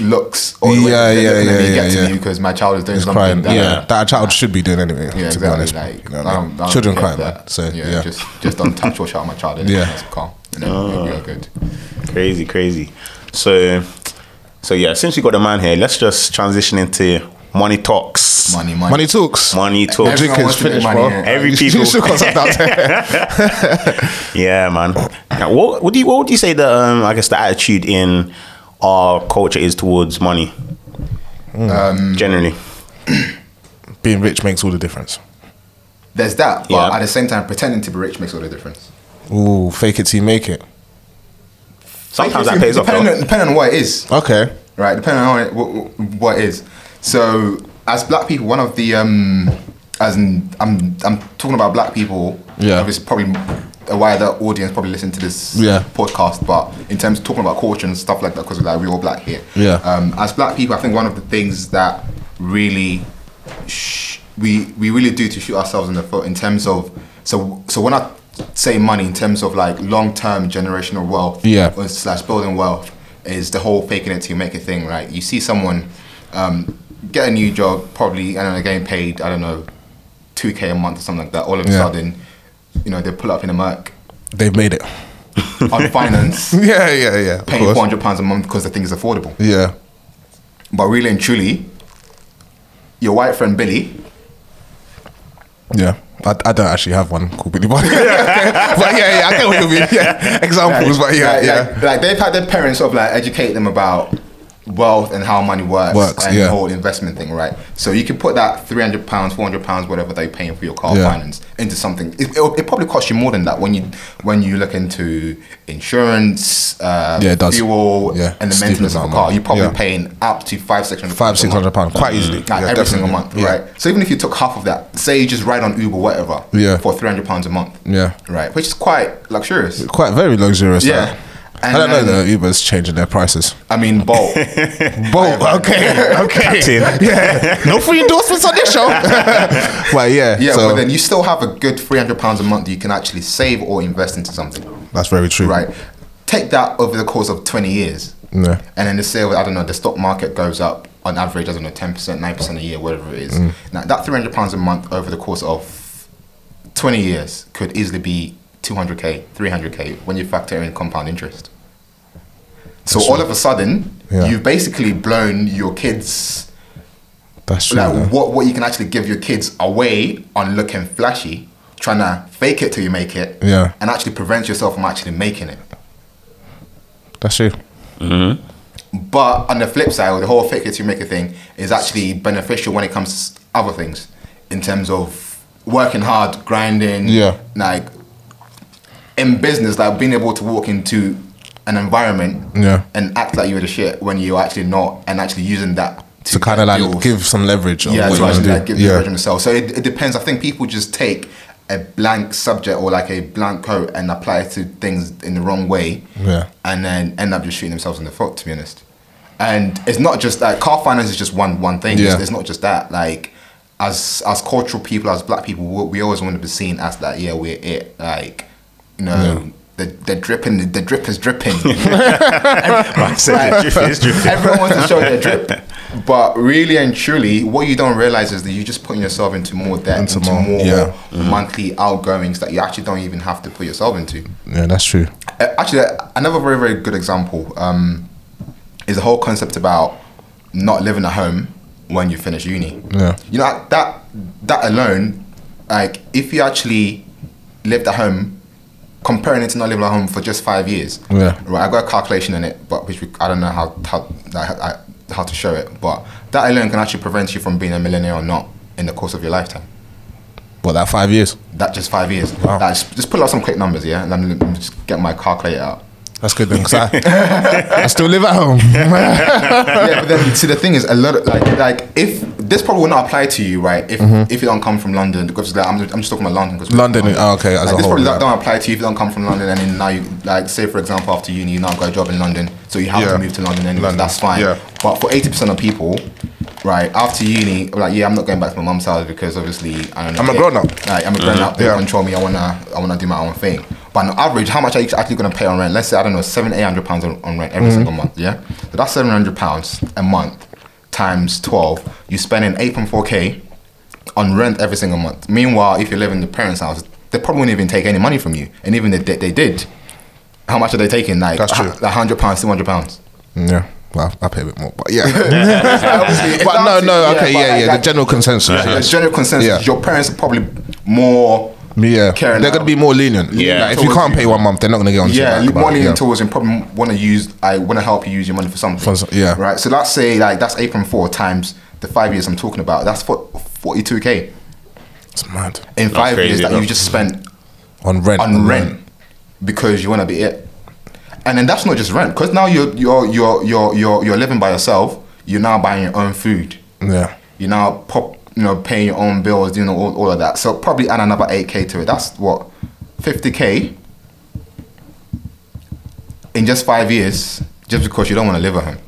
Speaker 3: looks or
Speaker 2: Yeah,
Speaker 3: the way that they
Speaker 2: yeah,
Speaker 3: look at
Speaker 2: yeah,
Speaker 3: me get
Speaker 2: yeah,
Speaker 3: to
Speaker 2: yeah.
Speaker 3: me because my child is doing
Speaker 2: It's
Speaker 3: something
Speaker 2: crime.
Speaker 3: that
Speaker 2: yeah, that a child should be doing anyway.
Speaker 3: yeah,
Speaker 2: to
Speaker 3: exactly.
Speaker 2: be honest,
Speaker 3: like,
Speaker 2: You know,
Speaker 3: I don't, I don't
Speaker 2: children
Speaker 3: care
Speaker 2: cry,
Speaker 3: that.
Speaker 2: man. So yeah,
Speaker 3: just just don't touch or shout at my child. Anymore.
Speaker 2: Yeah.
Speaker 3: that's calm. You know, it'll be all good.
Speaker 1: Crazy, crazy. So, so yeah. Since we got the man here, let's just transition into money talks.
Speaker 3: Money, money,
Speaker 2: money talks.
Speaker 1: Money talks.
Speaker 3: Everyone
Speaker 2: Everyone
Speaker 3: wants to make
Speaker 2: finished,
Speaker 3: money,
Speaker 2: bro.
Speaker 3: yeah.
Speaker 1: Every
Speaker 2: You
Speaker 1: people-
Speaker 2: should got something out there.
Speaker 1: Yeah, man. Now, what, what do you what would you say the um, I guess the attitude in our culture is towards money?
Speaker 3: Um,
Speaker 1: Generally,
Speaker 2: Being rich makes all the difference.
Speaker 3: There's that, but
Speaker 1: Yeah.
Speaker 3: at the same time, pretending to be rich makes all the difference.
Speaker 2: Ooh, fake it till you make it.
Speaker 1: sometimes that pays off.
Speaker 3: depending
Speaker 1: though.
Speaker 3: on, depending on what it is.
Speaker 2: Okay.
Speaker 3: right? Depending on it, what, what it is. So, as black people, one of the um, as in, I'm I'm talking about black people.
Speaker 2: Yeah.
Speaker 3: obviously, probably a wider audience probably listen to this
Speaker 2: Yeah.
Speaker 3: podcast, but in terms of talking about culture and stuff like that, because like we're all black here.
Speaker 2: Yeah.
Speaker 3: Um, as black people, I think one of the things that really sh- we we really do to shoot ourselves in the foot in terms of so so when I say money in terms of like long term generational wealth
Speaker 2: Yeah.
Speaker 3: or slash building wealth is the whole faking it to make it thing, right? You see someone um, get a new job, probably, I don't know, getting paid, I don't know, 2K a month or something like that. All of a
Speaker 2: Yeah.
Speaker 3: sudden, you know, they pull up in a Merc
Speaker 2: They've made it.
Speaker 3: on finance,
Speaker 2: Yeah, yeah, yeah. Of
Speaker 3: paying
Speaker 2: course.
Speaker 3: £400 a month because the thing is affordable.
Speaker 2: Yeah.
Speaker 3: But really and truly, your white friend Billy,
Speaker 2: Yeah. I, I don't actually have one called Billy Bobby. but yeah, yeah, I get what you mean. Yeah. Examples, but yeah,
Speaker 3: like,
Speaker 2: yeah.
Speaker 3: Like, like they've had their parents sort of like educate them about wealth and how money works,
Speaker 2: Works,
Speaker 3: and
Speaker 2: yeah.
Speaker 3: the whole investment thing, right? So you can put that three hundred pounds, four hundred pounds, whatever they're paying for your car
Speaker 2: Yeah.
Speaker 3: finance into something. It, it'll- it probably costs you more than that when you when you look into insurance, uh,
Speaker 2: Yeah, it does.
Speaker 3: fuel,
Speaker 2: Yeah,
Speaker 3: and the
Speaker 2: stupid
Speaker 3: maintenance of a
Speaker 2: amount of
Speaker 3: car.
Speaker 2: money.
Speaker 3: You're probably
Speaker 2: Yeah.
Speaker 3: paying up to five six hundred
Speaker 2: Five, six hundred pounds, quite easily.
Speaker 3: Mm-hmm. like
Speaker 2: Yeah,
Speaker 3: every single
Speaker 2: definitely.
Speaker 3: month,
Speaker 2: Yeah.
Speaker 3: right? So even if you took half of that, say you just ride on Uber, whatever,
Speaker 2: Yeah.
Speaker 3: for three hundred pounds a month,
Speaker 2: Yeah.
Speaker 3: right, which is quite luxurious.
Speaker 2: Quite very luxurious.
Speaker 3: Yeah.
Speaker 2: like.
Speaker 3: And um,
Speaker 2: I don't know
Speaker 3: then-
Speaker 2: though, Uber's changing their prices.
Speaker 3: I mean, Bolt.
Speaker 2: Boom. Okay. Okay. yeah. No free endorsements on this show. but yeah.
Speaker 3: Yeah,
Speaker 2: so
Speaker 3: but then you still have a good three hundred pounds a month that you can actually save or invest into something,
Speaker 2: that's very true.
Speaker 3: right? Take that over the course of twenty years,
Speaker 2: Yeah.
Speaker 3: and then the sale, I don't know, the stock market goes up on average, I don't know, ten percent, nine percent a year, whatever it is.
Speaker 2: Mm.
Speaker 3: Now that three hundred pounds a month over the course of twenty years could easily be two hundred k, three hundred k when you factor in compound interest. So all of a sudden,
Speaker 2: Yeah.
Speaker 3: you've basically blown your kids'
Speaker 2: That's true.
Speaker 3: like
Speaker 2: though.
Speaker 3: what what you can actually give your kids away on looking flashy, trying to fake it till you make it,
Speaker 2: Yeah.
Speaker 3: and actually prevent yourself from actually making it.
Speaker 2: That's true.
Speaker 3: But on the flip side, the whole fake it till you make it thing is actually beneficial when it comes to other things, in terms of working hard, grinding,
Speaker 2: Yeah.
Speaker 3: like in business, like being able to walk into an environment
Speaker 2: Yeah.
Speaker 3: and act like you're the shit when you're actually not, and actually using that
Speaker 2: To kind of like
Speaker 3: build-
Speaker 2: give some leverage. on
Speaker 3: yeah,
Speaker 2: what
Speaker 3: to
Speaker 2: you wanna
Speaker 3: actually
Speaker 2: do.
Speaker 3: like give
Speaker 2: yeah.
Speaker 3: the version themselves. So it, it depends. I think people just take a blank subject or like a blank coat and apply it to things in the wrong way,
Speaker 2: Yeah.
Speaker 3: and then end up just shooting themselves in the foot. To be honest, and it's not just like car finance is just one one thing. It's,
Speaker 2: Yeah.
Speaker 3: it's not just that. Like as as cultural people, as black people, we, we always want to be seen as that. Yeah, we're it. Like you know. The, the dripping, the drip is dripping.
Speaker 1: I said it's drifting, it's drifting.
Speaker 3: Everyone wants to show their drip. But really and truly, what you don't realize is that you're just putting yourself into more debt,
Speaker 2: Into
Speaker 3: into,
Speaker 2: more,
Speaker 3: more,
Speaker 2: yeah.
Speaker 3: monthly outgoings that you actually don't even have to put yourself into.
Speaker 2: Yeah, that's true.
Speaker 3: Uh, Actually, uh, another very, very good example um, is the whole concept about not living at home when you finish uni.
Speaker 2: Yeah.
Speaker 3: You know, that, that alone, like, if you actually lived at home, comparing it to not living at home for just five years,
Speaker 2: Yeah.
Speaker 3: Right, I got a calculation in it, but which we, I don't know how how like, I, how to show it. But that alone can actually prevent you from being a millionaire or not in the course of your lifetime.
Speaker 2: What that five years?
Speaker 3: That just five years.
Speaker 2: Wow.
Speaker 3: Like, just, just pull out some quick numbers, yeah, and let me, let me just get my calculator out.
Speaker 2: That's good then, 'cause I, I still live at home.
Speaker 3: yeah, but then see the thing is a lot of, like like if this probably will not apply to you, right? If if you don't come from London, because like, I'm, I'm just talking about London. 'cause-
Speaker 2: Mm-hmm. London, oh, okay, as
Speaker 3: like,
Speaker 2: a
Speaker 3: this
Speaker 2: whole,
Speaker 3: probably
Speaker 2: yeah.
Speaker 3: don't apply to you if you don't come from London, and then now you like say for example after uni you now got a job in London, so you have
Speaker 2: Yeah.
Speaker 3: to move to London anyway.
Speaker 2: London,
Speaker 3: That's fine.
Speaker 2: yeah.
Speaker 3: But for eighty percent of people. Right after uni, I'm like yeah, I'm not going back to my mum's house because obviously I don't know.
Speaker 2: I'm a
Speaker 3: they-
Speaker 2: grown-up.
Speaker 3: Like, I'm a grown up. They
Speaker 2: Yeah.
Speaker 3: control me. I wanna, I wanna do my own thing. But on average, how much are you actually going to pay on rent? Let's say I don't know seven, eight hundred pounds on, on rent
Speaker 2: Mm-hmm.
Speaker 3: every single month. Yeah, so that's seven hundred pounds a month times twelve. You're spending eight point four k on rent every single month. Meanwhile, if you live in the parents' house, they probably won't even take any money from you. And even if they, they did, how much are they taking? Like
Speaker 2: That's true.
Speaker 3: hundred pounds, two hundred pounds.
Speaker 2: Yeah. Well, I pay a bit more, but yeah.
Speaker 3: Obviously,
Speaker 2: but no,
Speaker 3: it's
Speaker 2: no,
Speaker 3: not-
Speaker 2: okay,
Speaker 3: but
Speaker 2: yeah,
Speaker 3: like-
Speaker 2: yeah.
Speaker 3: like-
Speaker 2: the general consensus.
Speaker 3: the
Speaker 2: yes.
Speaker 3: general consensus.
Speaker 2: Yeah.
Speaker 3: Your parents are probably more.
Speaker 2: Yeah,
Speaker 3: Care
Speaker 2: they're
Speaker 3: now.
Speaker 2: gonna be more lenient.
Speaker 1: Yeah.
Speaker 2: Like, if you can't pay one month, they're not gonna get on. to you,
Speaker 3: Yeah,
Speaker 2: like,
Speaker 3: leave
Speaker 2: about
Speaker 3: money
Speaker 2: it, yeah.
Speaker 3: in towards and probably want to use. I want to help you use your money for something.
Speaker 2: For some- yeah.
Speaker 3: Right. So let's say like that's eight point four times the five years I'm talking about. That's for forty two k
Speaker 2: It's mad
Speaker 3: in five
Speaker 1: crazy,
Speaker 3: years that
Speaker 1: bro.
Speaker 3: you just spent
Speaker 2: on rent.
Speaker 3: on rent because you want to be it. And then that's not just rent because now you're you're you're you're you're you're living by yourself. You're now buying your own food.
Speaker 2: Yeah,
Speaker 3: You're now pop you know paying your own bills, doing all, all of that. So probably add another eight k to it. That's what fifty k in just five years, just because you don't want to live at home.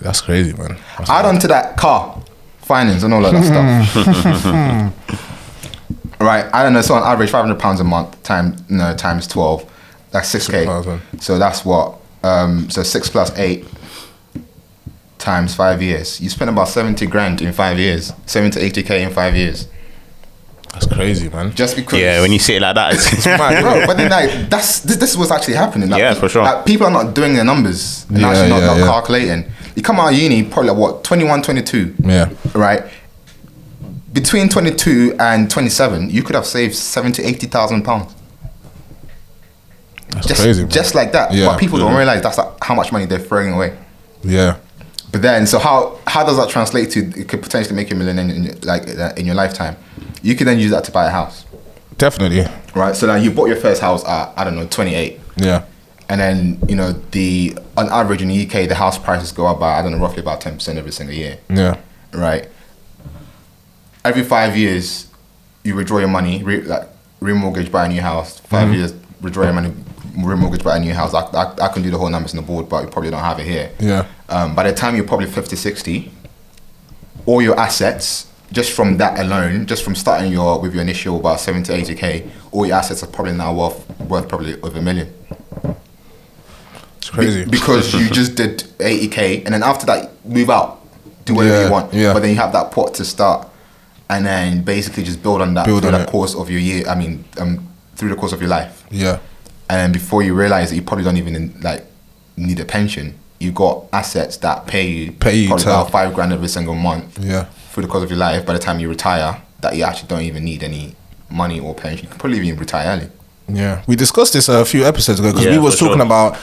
Speaker 2: that's crazy, man. That's
Speaker 3: Add on to that car finance and all of that stuff. right, I don't know. So on average, five hundred pounds a month times no times twelve, that's six k.
Speaker 2: 6,000.
Speaker 3: So that's what. Um, so six plus eight times five years. You spend about seventy grand in five years, seven to eighty k in five years,
Speaker 2: that's crazy, man.
Speaker 3: just because.
Speaker 1: Yeah, when you see it like that, it's
Speaker 3: Man, bro, but then like that's this, this is what's actually happening. Like,
Speaker 1: Yeah, for sure.
Speaker 3: Like, people are not doing their numbers and
Speaker 2: Yeah,
Speaker 3: actually not,
Speaker 2: yeah,
Speaker 3: not
Speaker 2: yeah.
Speaker 3: calculating. You come out of uni probably like, what 21, 22
Speaker 2: Yeah,
Speaker 3: right? Between 22 and 27, you could have saved 70, 80,000 pounds.
Speaker 2: that's
Speaker 3: Just,
Speaker 2: crazy. man.
Speaker 3: just like that.
Speaker 2: Yeah.
Speaker 3: But people don't realize that's like how much money they're throwing away.
Speaker 2: yeah,
Speaker 3: But then, so how, how does that translate to it could potentially make you a millionaire in, in, like, uh, in your lifetime? You could then use that to buy a house,
Speaker 2: definitely.
Speaker 3: right? So now you bought your first house at, I don't know, 28.
Speaker 2: Yeah,
Speaker 3: And then, you know, the on average in the UK, the house prices go up by, I don't know, roughly about 10% every single year.
Speaker 2: yeah,
Speaker 3: right? Every five years, you withdraw your money, re, like remortgage, buy a new house. 5 years, withdraw your money, remortgage, buy a new house. I, I, I can do the whole numbers on the board, but you probably don't have it here.
Speaker 2: yeah.
Speaker 3: Um, by the time you're probably 50, 60, all your assets, just from that alone, just from starting your with your initial about 70 to 80k, all your assets are probably now worth worth probably over a million.
Speaker 2: It's crazy.
Speaker 3: Be- because you just did 80k and then after that move out do whatever
Speaker 2: Yeah,
Speaker 3: you want
Speaker 2: yeah.
Speaker 3: but then you have that pot to start and then basically just build on that
Speaker 2: Build
Speaker 3: through
Speaker 2: on
Speaker 3: the
Speaker 2: it.
Speaker 3: course of your year i mean um, through the course of your life
Speaker 2: yeah,
Speaker 3: and then before you realize that you probably don't even like need a pension you got assets that pay you
Speaker 2: Pay you
Speaker 3: probably
Speaker 2: to-
Speaker 3: about five grand every single month
Speaker 2: yeah.
Speaker 3: through the course of your life by the time you retire that you actually don't even need any money or pension you can probably even retire early
Speaker 2: Yeah, we discussed this a few episodes ago because
Speaker 1: Yeah,
Speaker 2: we were
Speaker 1: for
Speaker 2: talking
Speaker 1: sure.
Speaker 2: about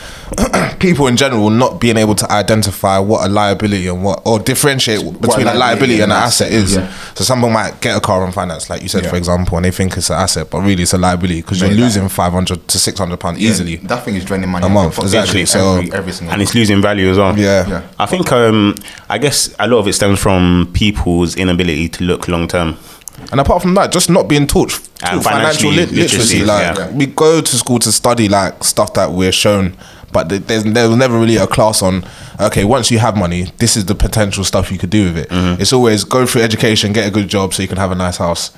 Speaker 2: people in general not being able to identify what a liability and what or differentiate between a
Speaker 3: liability
Speaker 2: liability and an
Speaker 3: and
Speaker 2: asset
Speaker 3: asset,
Speaker 2: is.
Speaker 3: yeah.
Speaker 2: So someone might get a car on finance, like you said, for example, and they think it's an asset, but really it's a liability because you're
Speaker 3: Made that.
Speaker 2: losing five hundred to six hundred pound easily.
Speaker 3: that thing is draining money
Speaker 2: A
Speaker 3: out of your
Speaker 2: month,
Speaker 3: pocket
Speaker 2: exactly,
Speaker 3: every,
Speaker 2: so-
Speaker 3: every, every single
Speaker 1: and it's losing value as well.
Speaker 2: Yeah.
Speaker 3: Yeah.
Speaker 1: I think um, I guess a lot of it stems from people's inability to look long term.
Speaker 2: And apart from that, just not being taught, taught
Speaker 1: And
Speaker 2: financial
Speaker 1: financially
Speaker 2: lit- literacy.
Speaker 1: literacy,
Speaker 2: Like
Speaker 1: yeah.
Speaker 2: we go to school to study like stuff that we're shown, but th- there's there was never really a class on. Okay, once you have money, this is the potential stuff you could do with it.
Speaker 1: Mm-hmm.
Speaker 2: It's always go through education, get a good job, so you can have a nice house.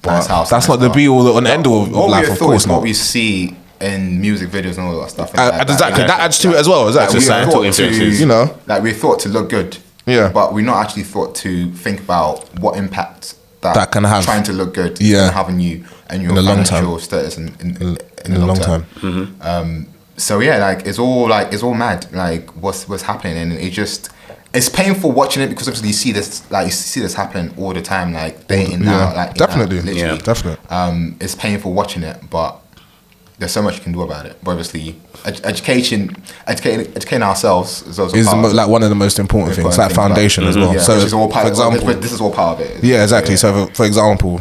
Speaker 2: But
Speaker 3: Nice house,
Speaker 2: that's
Speaker 3: nice
Speaker 2: not the
Speaker 3: car.
Speaker 2: be all and end all of,
Speaker 3: What
Speaker 2: of
Speaker 3: we
Speaker 2: life.
Speaker 3: have
Speaker 2: Of
Speaker 3: thought
Speaker 2: course
Speaker 3: is what
Speaker 2: not.
Speaker 3: we see in music videos and all that stuff. and
Speaker 2: Uh,
Speaker 3: like
Speaker 2: exactly. That adds to it
Speaker 3: Like,
Speaker 2: as well.
Speaker 3: like,
Speaker 2: Exactly.
Speaker 3: we
Speaker 1: Societal
Speaker 3: thought
Speaker 1: influences.
Speaker 2: You know.
Speaker 3: like we're thought to look good.
Speaker 2: Yeah.
Speaker 3: But we're not actually thought to think about what impact that,
Speaker 2: That can have.
Speaker 3: trying to look good
Speaker 2: Yeah.
Speaker 3: can have on you and your
Speaker 2: the long
Speaker 3: financial status in, in, in,
Speaker 2: in the long term.
Speaker 3: So yeah, like it's all like it's all mad. Like what's what's happening, and it just it's painful watching it because obviously you see this like you see this happen all the time, like day in
Speaker 2: Yeah,
Speaker 3: out, like in, out,
Speaker 2: definitely.
Speaker 3: literally.
Speaker 1: Yeah.
Speaker 2: Definitely.
Speaker 3: um, it's painful watching it, but there's so much you can do about it. But obviously, ed- education, educating, educating ourselves is also
Speaker 2: Is the
Speaker 3: part
Speaker 2: mo-
Speaker 3: of-
Speaker 2: like one of the most important things,
Speaker 3: important
Speaker 2: like
Speaker 3: things, like-
Speaker 2: foundation as well.
Speaker 3: yeah,
Speaker 2: So,
Speaker 3: which is all part
Speaker 2: for
Speaker 3: of-
Speaker 2: example,
Speaker 3: but this is all part of it.
Speaker 2: Yeah, exactly. So, for, for example,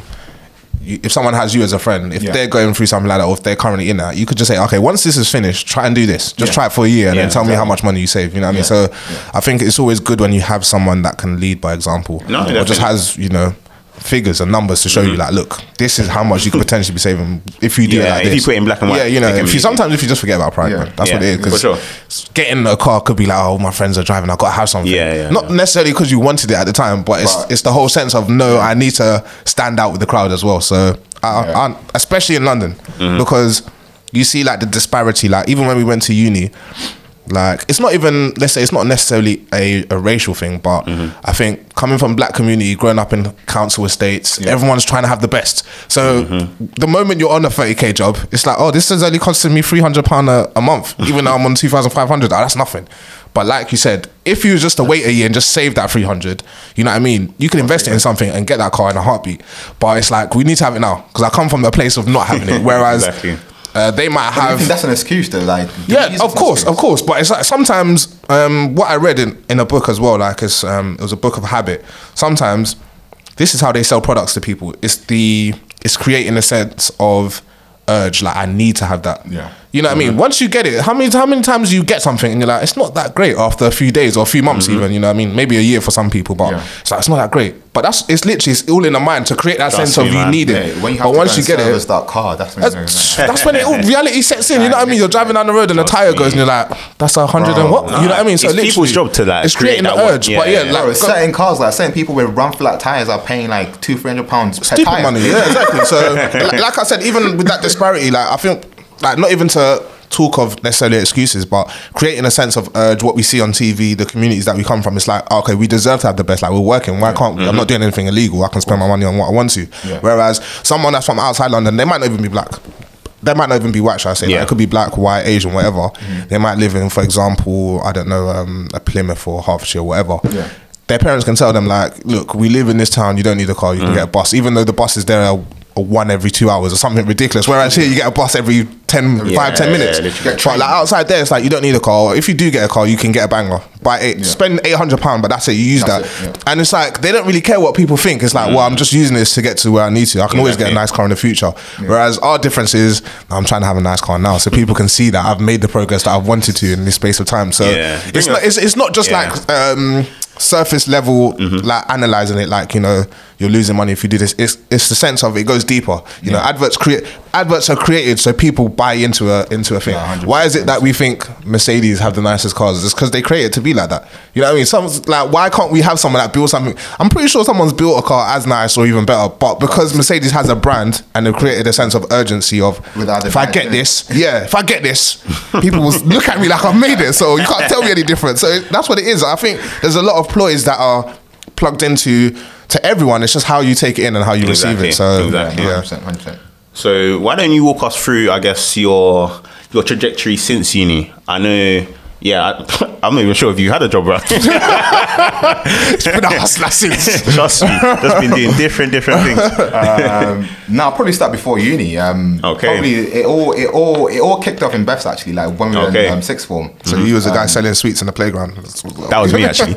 Speaker 2: you, if someone has you as a friend, if
Speaker 3: Yeah.
Speaker 2: they're going through something like that, or if they're currently in that, you could just say, okay, once this is finished, try and do this. Just
Speaker 3: Yeah.
Speaker 2: try it for a year, and
Speaker 1: Yeah,
Speaker 2: then tell me how
Speaker 3: exactly.
Speaker 2: much money you save. You know what
Speaker 3: Yeah.
Speaker 2: I mean? So, I think it's always good when you have someone that can lead by example,
Speaker 1: No,
Speaker 2: or just
Speaker 1: definitely. Mm-hmm.
Speaker 2: has you know figures and numbers to show you, like, look, this is how much you could potentially be saving if you do
Speaker 1: Yeah,
Speaker 2: it
Speaker 1: if
Speaker 2: like
Speaker 1: you
Speaker 2: this.
Speaker 1: put it in black and white,
Speaker 2: Yeah, you know,
Speaker 1: it can
Speaker 2: if
Speaker 1: be
Speaker 2: you
Speaker 1: easy.
Speaker 2: sometimes if you just forget about pride,
Speaker 3: Yeah.
Speaker 2: man, that's what
Speaker 1: Yeah,
Speaker 2: it is. 'cause
Speaker 1: for sure.
Speaker 2: Getting a car could be like, oh, my friends are driving, I've got to have something.
Speaker 1: Yeah, yeah,
Speaker 2: Not
Speaker 1: yeah.
Speaker 2: necessarily because you wanted it at the time, but it's
Speaker 3: But-
Speaker 2: it's the whole sense of no, I need to stand out with the crowd as well. So, I, I,
Speaker 3: Yeah.
Speaker 2: especially in London, because you see like the disparity. Like even when we went to uni, like it's not even let's say it's not necessarily a, a racial thing, but I think coming from black community, growing up in council estates, everyone's trying to have the best. So the moment you're on a 30k job, it's like oh this is only costing me 300 pound a a month, even though I'm on 2,500. Ah, that's nothing. But like you said, if you was just to wait a year and just save that 300, you know what I mean? You can invest it in something and get that car in a heartbeat. But it's like, we need to have it now because I come from the place of not having it. Whereas
Speaker 1: Exactly.
Speaker 2: uh, they might
Speaker 3: I
Speaker 2: have.
Speaker 3: think that's an excuse though. Like,
Speaker 2: Yeah, of course, of course. But it's like sometimes um, what I read in, in a book as well, like it's, um, it was a book of habit. Sometimes this is how they sell products to people. It's the it's creating a sense of urge, like I need to have that.
Speaker 3: Yeah. Mm-hmm.
Speaker 2: You know what I mean? Once you get it, how many how many times you get something and you're like, it's not that great after a few days or a few months even, you know what I mean? Maybe a year for some people, but
Speaker 3: Mm-hmm. Yeah.
Speaker 2: it's like it's not that great. But that's it's literally it's all in the mind to create that
Speaker 1: Trust
Speaker 2: sense of
Speaker 1: me,
Speaker 2: you
Speaker 1: man.
Speaker 2: need it.
Speaker 3: Yeah, when you have
Speaker 2: but
Speaker 3: to
Speaker 2: once you get it,
Speaker 3: that car, that's when you know,
Speaker 2: that's,
Speaker 3: like,
Speaker 2: that's when it all reality sets in. You know what I mean? You're driving down the road and the tire goes, and you're like, "That's a hundred and what?" You know what I mean? So
Speaker 1: It's
Speaker 2: literally,
Speaker 1: people's job to, like,
Speaker 2: It's creating
Speaker 1: create
Speaker 2: the
Speaker 1: that one.
Speaker 2: urge, but
Speaker 1: Yeah,
Speaker 2: yeah,
Speaker 1: yeah,
Speaker 2: like, go-
Speaker 3: Bro, certain cars, like certain people with run flat tires are paying like two, three hundred pounds per
Speaker 2: stupid
Speaker 3: tire.
Speaker 2: money. Yeah, exactly. So, like, like I said, even with that disparity, like I think, like not even to talk of necessarily excuses, but creating a sense of urge. What we see on TV, the communities that we come from, it's like ah, okay, we deserve to have the best. Like we're working. Why can't we? I'm
Speaker 1: Mm-hmm.
Speaker 2: not doing anything illegal. I can spend my money on what I want to.
Speaker 3: Yeah.
Speaker 2: Whereas someone that's from outside London, they might not even be black. They might not even be white, should I say? Like,
Speaker 1: Yeah.
Speaker 2: it could be black, white, Asian, whatever.
Speaker 3: Mm.
Speaker 2: They might live in, for example, I don't know, um, a Plymouth or Hertfordshire, whatever
Speaker 3: Yeah.
Speaker 2: their parents can tell them like, look, we live in this town. You don't need a car. You
Speaker 3: Mm.
Speaker 2: can get a bus, even though the bus is there a, a one every two hours or something ridiculous. Whereas here, you get a bus every 10, five, 10
Speaker 1: yeah,
Speaker 2: minutes.
Speaker 1: yeah, literally.
Speaker 2: but like outside there, it's like you don't need a car. If you do get a car, you can get a banger. But it, spend eight hundred pound, but that's it. You use
Speaker 3: That's
Speaker 2: that,
Speaker 3: it, yeah.
Speaker 2: and it's like they don't really care what people think. It's like, well, I'm just using this to get to where I need to. I can always get a
Speaker 1: Exactly.
Speaker 2: nice car in the future. Whereas our difference is, I'm trying to have a nice car now, so people can see that I've made the progress that I've wanted to in this space of time. So
Speaker 1: Yeah.
Speaker 2: it's
Speaker 1: Bring
Speaker 2: not
Speaker 1: up-
Speaker 2: it's, it's not just
Speaker 1: Yeah. Mm-hmm.
Speaker 2: like um, surface level like analyzing it like you know you're losing money if you do this it's, it's the sense of it goes deeper you know adverts create adverts are created so people buy into a into a thing
Speaker 3: Yeah, 100%.
Speaker 2: why is it that we think mercedes have the nicest cars it's because they created to be like that you know what i mean some like why can't we have someone that builds something i'm pretty sure someone's built a car as nice or even better but because mercedes has a brand and they've created a sense of urgency of
Speaker 3: Without the
Speaker 2: if i
Speaker 3: brand,
Speaker 2: get
Speaker 3: yeah.
Speaker 2: this yeah, if I get this, people will look at me like I've made it. So you can't tell me any different. So it- that's what it is. I think there's a lot of ploys that are plugged into to everyone. It's just how you take it in and how you receive
Speaker 1: Exactly,
Speaker 2: it. So
Speaker 1: exactly.
Speaker 2: yeah.
Speaker 3: 100%, 100%.
Speaker 1: So why don't you walk us through, I guess, your your trajectory since uni? I know, yeah, I, I'm not even sure if you had a job, bro.
Speaker 2: it's been a hustler since.
Speaker 1: Trust me, just been doing different, different things.
Speaker 3: um, no, I'll probably start before uni. Um,
Speaker 1: Okay.
Speaker 3: Probably it all it all it all kicked off in Beth's actually, like when we were
Speaker 1: Okay.
Speaker 3: in um, sixth form.
Speaker 2: So you was a guy selling sweets in the playground. That's what-
Speaker 1: That was me actually.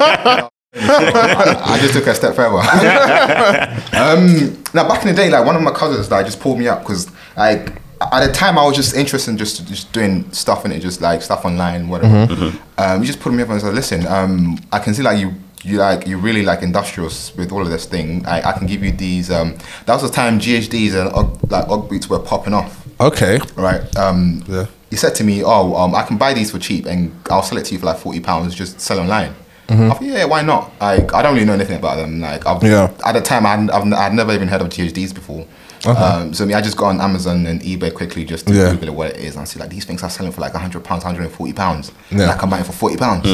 Speaker 3: I, I just took it a step further. um, now back in the day, like one of my cousins like just pulled me up because like at the time I was just interested in just just doing stuff and it just like stuff online whatever.
Speaker 1: Mm-hmm.
Speaker 3: Um, he just pulled me up and said, "Listen, um, I can see like you." You like you really like industrials with all of this thing. I, I can give you these. Um, that was the time GHDs and Ugg- like og boots were popping off.
Speaker 2: Okay.
Speaker 3: right? Um,
Speaker 2: Yeah.
Speaker 3: He said to me, "Oh, um, I can buy these for cheap, and I'll sell it to you for like forty pounds. Just sell online." I thought, "Yeah, why not?" Like, I don't really know anything about them. Like, I've,
Speaker 2: Mm-hmm. Yeah.
Speaker 3: at the time, I hadn't- I've, I'd never even heard of GHDs before. Um, so I mean, I just got on Amazon and eBay quickly just to
Speaker 2: Yeah.
Speaker 3: Google it what it is and see like these things are selling for like hundred pounds, hundred and forty pounds.
Speaker 2: Yeah.
Speaker 3: Like I'm buying for forty pounds.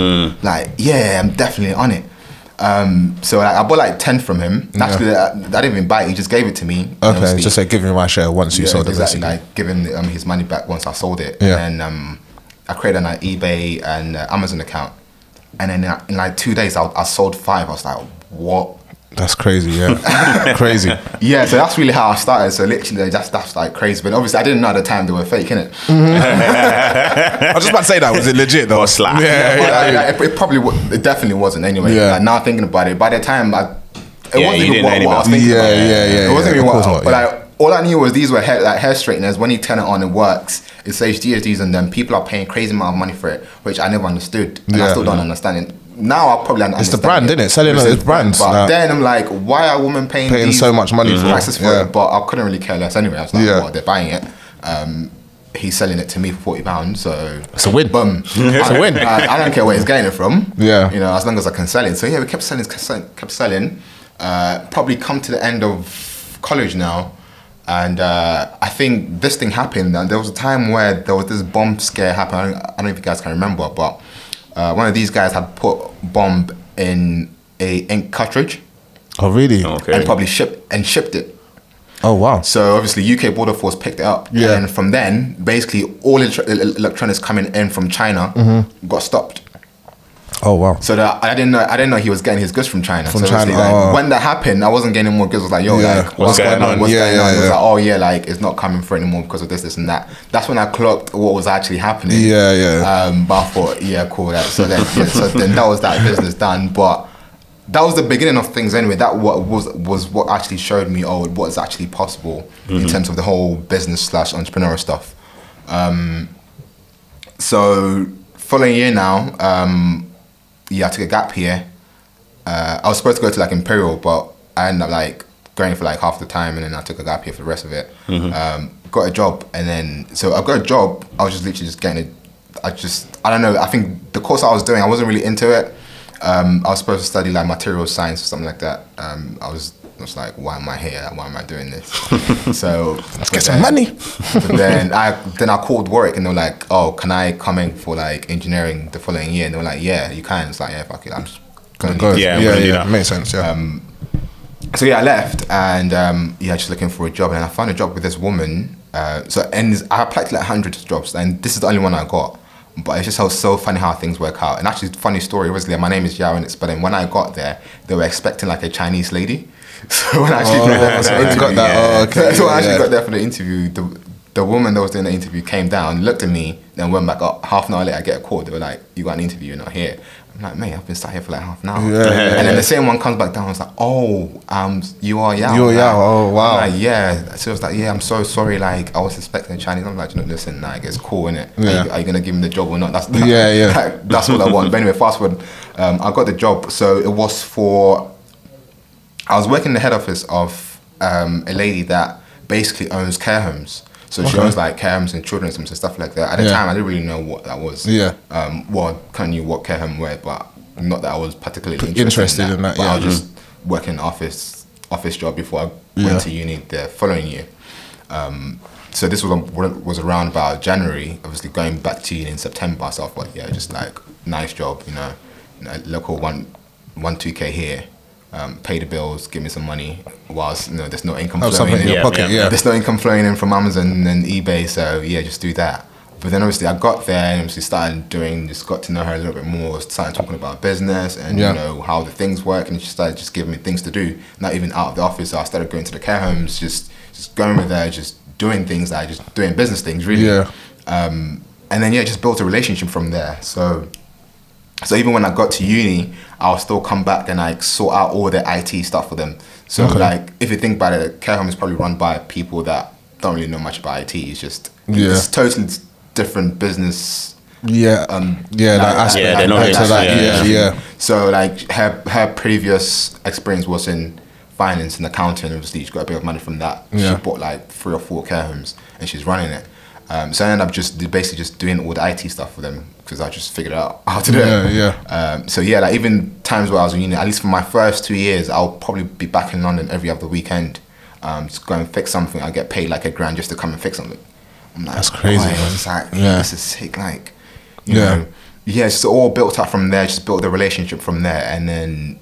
Speaker 3: Like yeah, I'm definitely on it. Um, so like, I bought like ten from him. Actually, I, I didn't even buy it. He just gave it to me. and
Speaker 2: Okay.
Speaker 3: obviously-
Speaker 2: Just say give me my share once you
Speaker 3: yeah,
Speaker 2: sold it.
Speaker 3: exactly.
Speaker 2: Basically.
Speaker 3: Like giving um, his money back once I sold it,
Speaker 2: Yeah.
Speaker 3: and then um, I created an eBay and uh, Amazon account, and then uh, in like two days I, I sold five. I was like, what?
Speaker 2: That's crazy. Yeah. crazy.
Speaker 3: Yeah, so that's really how I started. So literally, that's that's like crazy. But obviously, I didn't know at the time they were fake, innit?
Speaker 2: Mm-hmm. I was just about to say that. Was it legit though?
Speaker 1: Or slack.
Speaker 2: Yeah.
Speaker 3: But,
Speaker 2: yeah,
Speaker 3: like,
Speaker 2: yeah.
Speaker 3: like, it, it probably wa- it definitely wasn't anyway.
Speaker 2: Yeah.
Speaker 3: Like, now thinking about it, by the time I,
Speaker 1: Yeah,
Speaker 3: it
Speaker 1: you
Speaker 3: wasn't even
Speaker 1: didn't
Speaker 3: what,
Speaker 1: know
Speaker 3: what I was
Speaker 1: anybody.
Speaker 3: thinking about.
Speaker 2: Yeah, yeah, yeah,
Speaker 3: It wasn't
Speaker 2: yeah.
Speaker 3: even
Speaker 2: Of
Speaker 3: what.
Speaker 2: course not,
Speaker 3: but
Speaker 2: yeah.
Speaker 3: like all I knew was these were hair, like hair straighteners. When you turn it on, it works. It saves GSDs, and then people are paying crazy amount of money for it, which I never understood, and
Speaker 2: Yeah.
Speaker 3: I still don't understand it. Now I probably understand.
Speaker 2: the brand,
Speaker 3: it.
Speaker 2: innit? Selling
Speaker 3: It's
Speaker 2: it
Speaker 3: the
Speaker 2: as brands,
Speaker 3: But
Speaker 2: like-
Speaker 3: then I'm like, why are women paying
Speaker 2: Paying
Speaker 3: these
Speaker 2: so much money for it,
Speaker 3: prices for
Speaker 2: yeah.
Speaker 3: it? But I couldn't really care less anyway. I was like,
Speaker 2: Yeah.
Speaker 3: well, they're buying it. Um, he's selling it to me for forty pounds, so
Speaker 2: It's a win.
Speaker 3: Boom.
Speaker 2: It's a win.
Speaker 3: I, I don't care where he's getting it from.
Speaker 2: Yeah.
Speaker 3: You know, as long as I can sell it. So yeah, we kept selling, kept selling. Kept selling. Uh, probably come to the end of college now. And uh, I think this thing happened, and there was a time where there was this bomb scare happened. I don't, I don't know if you guys can remember, but uh, one of these guys had put bomb in a ink cartridge
Speaker 2: Oh really?
Speaker 1: Okay.
Speaker 3: and probably shipped and shipped it.
Speaker 2: Oh wow.
Speaker 3: So obviously, UK Border Force picked it up,
Speaker 2: Yeah.
Speaker 3: and from then, basically, all elect- el- electronics coming in from China
Speaker 2: Mm-hmm.
Speaker 3: got stopped.
Speaker 2: Oh wow.
Speaker 3: So that I didn't know, I didn't know he was getting his goods from China.
Speaker 2: From
Speaker 3: so obviously,
Speaker 2: China,
Speaker 3: like,
Speaker 2: oh.
Speaker 3: when that happened, I wasn't getting any more goods. I was like, yo,
Speaker 2: Yeah.
Speaker 3: like,
Speaker 2: What's
Speaker 1: going on?
Speaker 3: What's
Speaker 2: Yeah,
Speaker 3: going
Speaker 2: yeah,
Speaker 3: on? It was
Speaker 2: yeah.
Speaker 3: like, oh yeah, like it's not coming for anymore because of this, this, and that. That's when I clocked what was actually happening.
Speaker 2: Yeah, yeah.
Speaker 3: Um, but I thought, yeah, cool. That, so then, yeah, so then that was that business done. But that was the beginning of things anyway. That what was was what actually showed me oh what is actually possible
Speaker 1: Mm-hmm.
Speaker 3: in terms of the whole business slash entrepreneurial stuff. Um, so following year now, um, yeah, I took a gap year. Uh, I was supposed to go to like Imperial, but I ended up like going for like half the time, and then I took a gap year for the rest of it. Um, got a job, and then so I got a job. I was just literally just getting it. I just I don't know. I think the course I was doing, I wasn't really into it. Um, I was supposed to study like material science or something like that. Um, I was I was like, why am I here? Why am I doing this? so
Speaker 2: Get some money.
Speaker 3: but then I then I called Warwick and they were like, "Oh, can I come in for like engineering the following year?" And they were like, "Yeah, you can." It's like, "Yeah, fuck it, I'm just gonna
Speaker 2: Go.
Speaker 3: do
Speaker 1: Yeah,
Speaker 2: Yeah,
Speaker 1: I'm
Speaker 2: Oh, yeah,
Speaker 1: gonna do that.
Speaker 2: Makes sense. Yeah.
Speaker 3: it." So yeah, I left and um, yeah, just looking for a job, and I found a job with this woman. Uh, so and I applied to like hundreds of jobs, and this is the only one I got. But it's just how so funny how things work out. And actually, funny story, obviously, my name is Yao, and it's but then when I got there, they were expecting like a Chinese lady. So when I actually
Speaker 2: Oh,
Speaker 3: got
Speaker 2: so
Speaker 3: there,
Speaker 2: when you got that, oh, okay,
Speaker 3: So when I actually
Speaker 2: yeah.
Speaker 3: got there for the interview, the the woman that was doing the interview came down, looked at me, then went back up. Half an hour later, I get a call. They were like, "You got an interview? You're not here." I'm like, "Mate, I've been sat here for like half an hour."
Speaker 2: Yeah.
Speaker 3: And then the same one comes back down. I was like, "Oh, um, you are Yao."
Speaker 2: You are Yao, oh,
Speaker 3: I'm
Speaker 2: wow.
Speaker 3: like, yeah. So I was like, "Yeah, I'm so sorry. Like, I was expecting a Chinese." I'm like, "You know, listen, like, it's cool, innit?
Speaker 2: Yeah.
Speaker 3: Are, you, are you gonna give me the job or not?" That's
Speaker 2: Yeah, yeah.
Speaker 3: like, that's all I want. But anyway, fast forward, um, I got the job. So it was for I was working in the head office of um, a lady that basically owns care homes. So she
Speaker 2: Okay.
Speaker 3: owns like care homes and children's homes and stuff like that. At the
Speaker 2: Yeah.
Speaker 3: time, I didn't really know what that was.
Speaker 2: Yeah.
Speaker 3: Um, well, I kind of knew what care home were, but not that I was particularly interested,
Speaker 2: interested
Speaker 3: in that.
Speaker 2: in that,
Speaker 3: But I
Speaker 2: yeah.
Speaker 3: was just working office office job before I
Speaker 2: Yeah.
Speaker 3: went to uni the following year. Um, so this was was around about January. Obviously, going back to uni in September. So I thought, yeah, just like nice job, you know, you know, local one one two k here. Um, pay the bills, give me some money. Whilst you know, there's no income
Speaker 2: Have Oh,
Speaker 3: flowing
Speaker 2: something in
Speaker 3: in.
Speaker 2: your
Speaker 1: Yeah,
Speaker 2: pocket.
Speaker 1: yeah.
Speaker 2: Yeah.
Speaker 3: There's no income flowing in from Amazon and eBay, so yeah, just do that. But then obviously I got there and obviously started doing, just got to know her a little bit more, started talking about business and
Speaker 2: Yeah.
Speaker 3: you know how the things work, and she started just giving me things to do. Not even out of the office, I started going to the care homes, just just going with her, just doing things like just doing business things really.
Speaker 2: Yeah.
Speaker 3: Um, and then yeah, just built a relationship from there. So so even when I got to uni, I'll still come back and like sort out all the IT stuff for them. So
Speaker 2: Okay.
Speaker 3: like if you think about it, care home is probably run by people that don't really know much about IT. It's just
Speaker 2: Yeah.
Speaker 3: it's totally different business.
Speaker 2: Yeah.
Speaker 3: Um,
Speaker 2: yeah. That aspect.
Speaker 1: Yeah, they're not
Speaker 2: compared to
Speaker 1: really-
Speaker 2: that,
Speaker 1: yeah,
Speaker 2: yeah, yeah.
Speaker 3: So like her her previous experience was in finance and accounting. Obviously, she got a bit of money from that.
Speaker 2: Yeah.
Speaker 3: She bought like three or four care homes and she's running it. Um, so I ended up just basically just doing all the IT stuff for them because I just figured out how to do
Speaker 2: Yeah,
Speaker 3: it.
Speaker 2: yeah.
Speaker 3: Um, so yeah, like even times where I was in uni, at least for my first two years, I'll probably be back in London every other weekend. Um, just go and fix something. I get paid like a grand just to come and fix something. I'm like,
Speaker 2: That's crazy,
Speaker 3: "Why?"
Speaker 2: man.
Speaker 3: It's like,
Speaker 2: Yeah.
Speaker 3: this is sick. Like, you
Speaker 2: Yeah.
Speaker 3: know, yeah, it's just all built up from there. Just built the relationship from there, and then,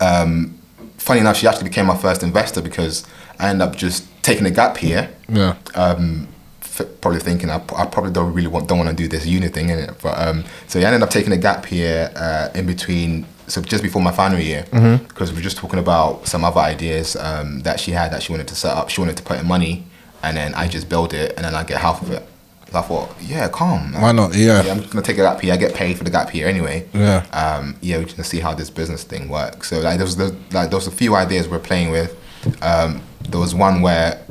Speaker 3: um, funny enough, she actually became my first investor because I ended up just taking a gap here
Speaker 2: Yeah.
Speaker 3: f- probably thinking I, p- I probably don't really want don't want to do this uni thing in it but um so yeah, I ended up taking a gap here uh, in between so just before my final year
Speaker 2: Mm-hmm.
Speaker 3: because we were just talking about some other ideas um, that she had that she wanted to set up she wanted to put in money and then I just build it and then I get half of it so I thought yeah calm
Speaker 2: Why not? Yeah.
Speaker 3: yeah, I'm just gonna take a gap year. I get paid for the gap year anyway.
Speaker 2: Yeah.
Speaker 3: Um, yeah, we're just gonna see how this business thing works. So like, there was the, like there was a few ideas we're playing with. Um, there was one where,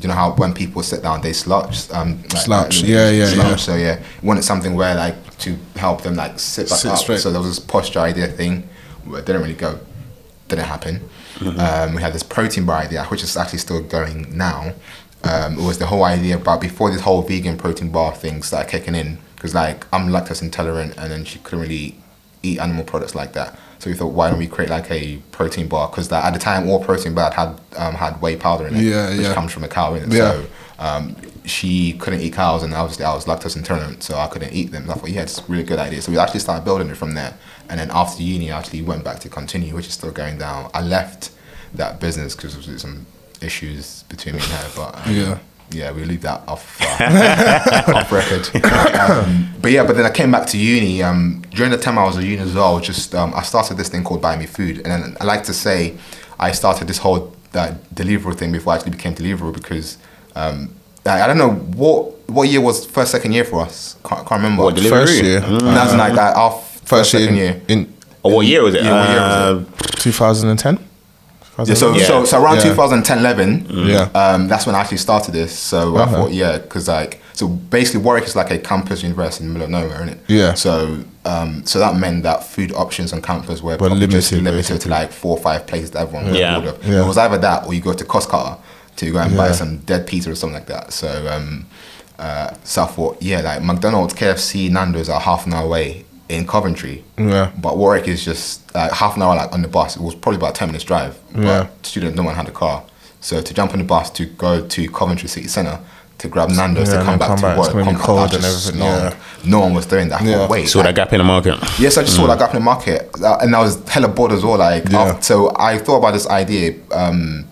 Speaker 3: you know how when people sit down they slouch. Um, like,
Speaker 2: Slouch, yeah, yeah,
Speaker 3: slouch.
Speaker 2: yeah.
Speaker 3: So yeah, we wanted something where like to help them like sit back
Speaker 2: Sit
Speaker 3: up.
Speaker 2: straight.
Speaker 3: So there was this posture idea thing, where it didn't really go, didn't happen.
Speaker 2: Mm-hmm.
Speaker 3: Um, we had this protein bar idea, which is actually still going now. Um, it was the whole idea about before this whole vegan protein bar thing started kicking in because like I'm lactose intolerant and then she couldn't really eat animal products like that. So we thought, why don't we create like a protein bar? Because at the time, all protein bar had um, had whey powder in it,
Speaker 2: Yeah,
Speaker 3: which
Speaker 2: yeah.
Speaker 3: comes from a cow. In it.
Speaker 2: Yeah.
Speaker 3: So um, she couldn't eat cows, and obviously I was lactose intolerant, so I couldn't eat them. So I thought, yeah, it's a really good idea. So we actually started building it from there. And then after uni, I actually went back to continue, which is still going down. I left that business because there was some issues between me and her, but um,
Speaker 2: Yeah.
Speaker 3: yeah, we leave that off, uh, off record. Um, but yeah, but then I came back to uni. Um, during the time I was at uni as well, just um, I started this thing called Buy Me Food, and then I like to say I started this whole uh, Deliveroo thing before I actually became Deliveroo because um, I, I don't know what what year was first second year for us. Can't, can't remember.
Speaker 1: What, Deliveroo?
Speaker 2: First year.
Speaker 1: Mm.
Speaker 3: That's like that. Our Mm-hmm. first,
Speaker 2: First year
Speaker 3: second
Speaker 2: in,
Speaker 3: year.
Speaker 2: in
Speaker 1: Or what year was it?
Speaker 3: Yeah, what year was
Speaker 1: Uh,
Speaker 2: 2010.
Speaker 3: Yeah, so,
Speaker 1: Yeah.
Speaker 3: so so around
Speaker 2: Yeah.
Speaker 3: 2010-11
Speaker 2: Yeah.
Speaker 3: um, that's when I actually started this so I
Speaker 2: Okay.
Speaker 3: thought yeah because like so basically Warwick is like a campus university in the middle of nowhere isn't it
Speaker 2: Yeah.
Speaker 3: so um, so that meant that food options on campus were,
Speaker 2: Were
Speaker 3: probably just
Speaker 2: limited,
Speaker 3: limited to like four or five places that everyone
Speaker 1: Yeah.
Speaker 3: could order
Speaker 2: Yeah.
Speaker 3: it was either that or you go to Costco to go and buy
Speaker 2: Yeah.
Speaker 3: some dead pizza or something like that so um, uh, so I thought yeah like McDonald's KFC Nando's are half an hour away in Coventry
Speaker 2: Yeah.
Speaker 3: but Warwick is just like half an hour like on the bus. It was probably about a ten minutes drive.
Speaker 2: Yeah.
Speaker 3: But student, no one had a car, so to jump on the bus to go to Coventry City Centre to grab Nando's
Speaker 2: Yeah,
Speaker 3: to
Speaker 2: and then
Speaker 3: come back
Speaker 2: come
Speaker 3: to
Speaker 2: back, it's
Speaker 3: work.
Speaker 2: gonna be
Speaker 3: come back,
Speaker 2: cold
Speaker 3: that's
Speaker 2: and
Speaker 3: just
Speaker 2: everything,
Speaker 3: No,
Speaker 2: yeah.
Speaker 3: no one was doing that. I thought,
Speaker 2: Yeah. Mm.
Speaker 3: Wait,
Speaker 1: saw that gap in the market.
Speaker 3: Yes, I just saw that gap in the market, uh, and I was hella bored as well. Like,
Speaker 2: Yeah.
Speaker 3: af- so I thought about this idea um,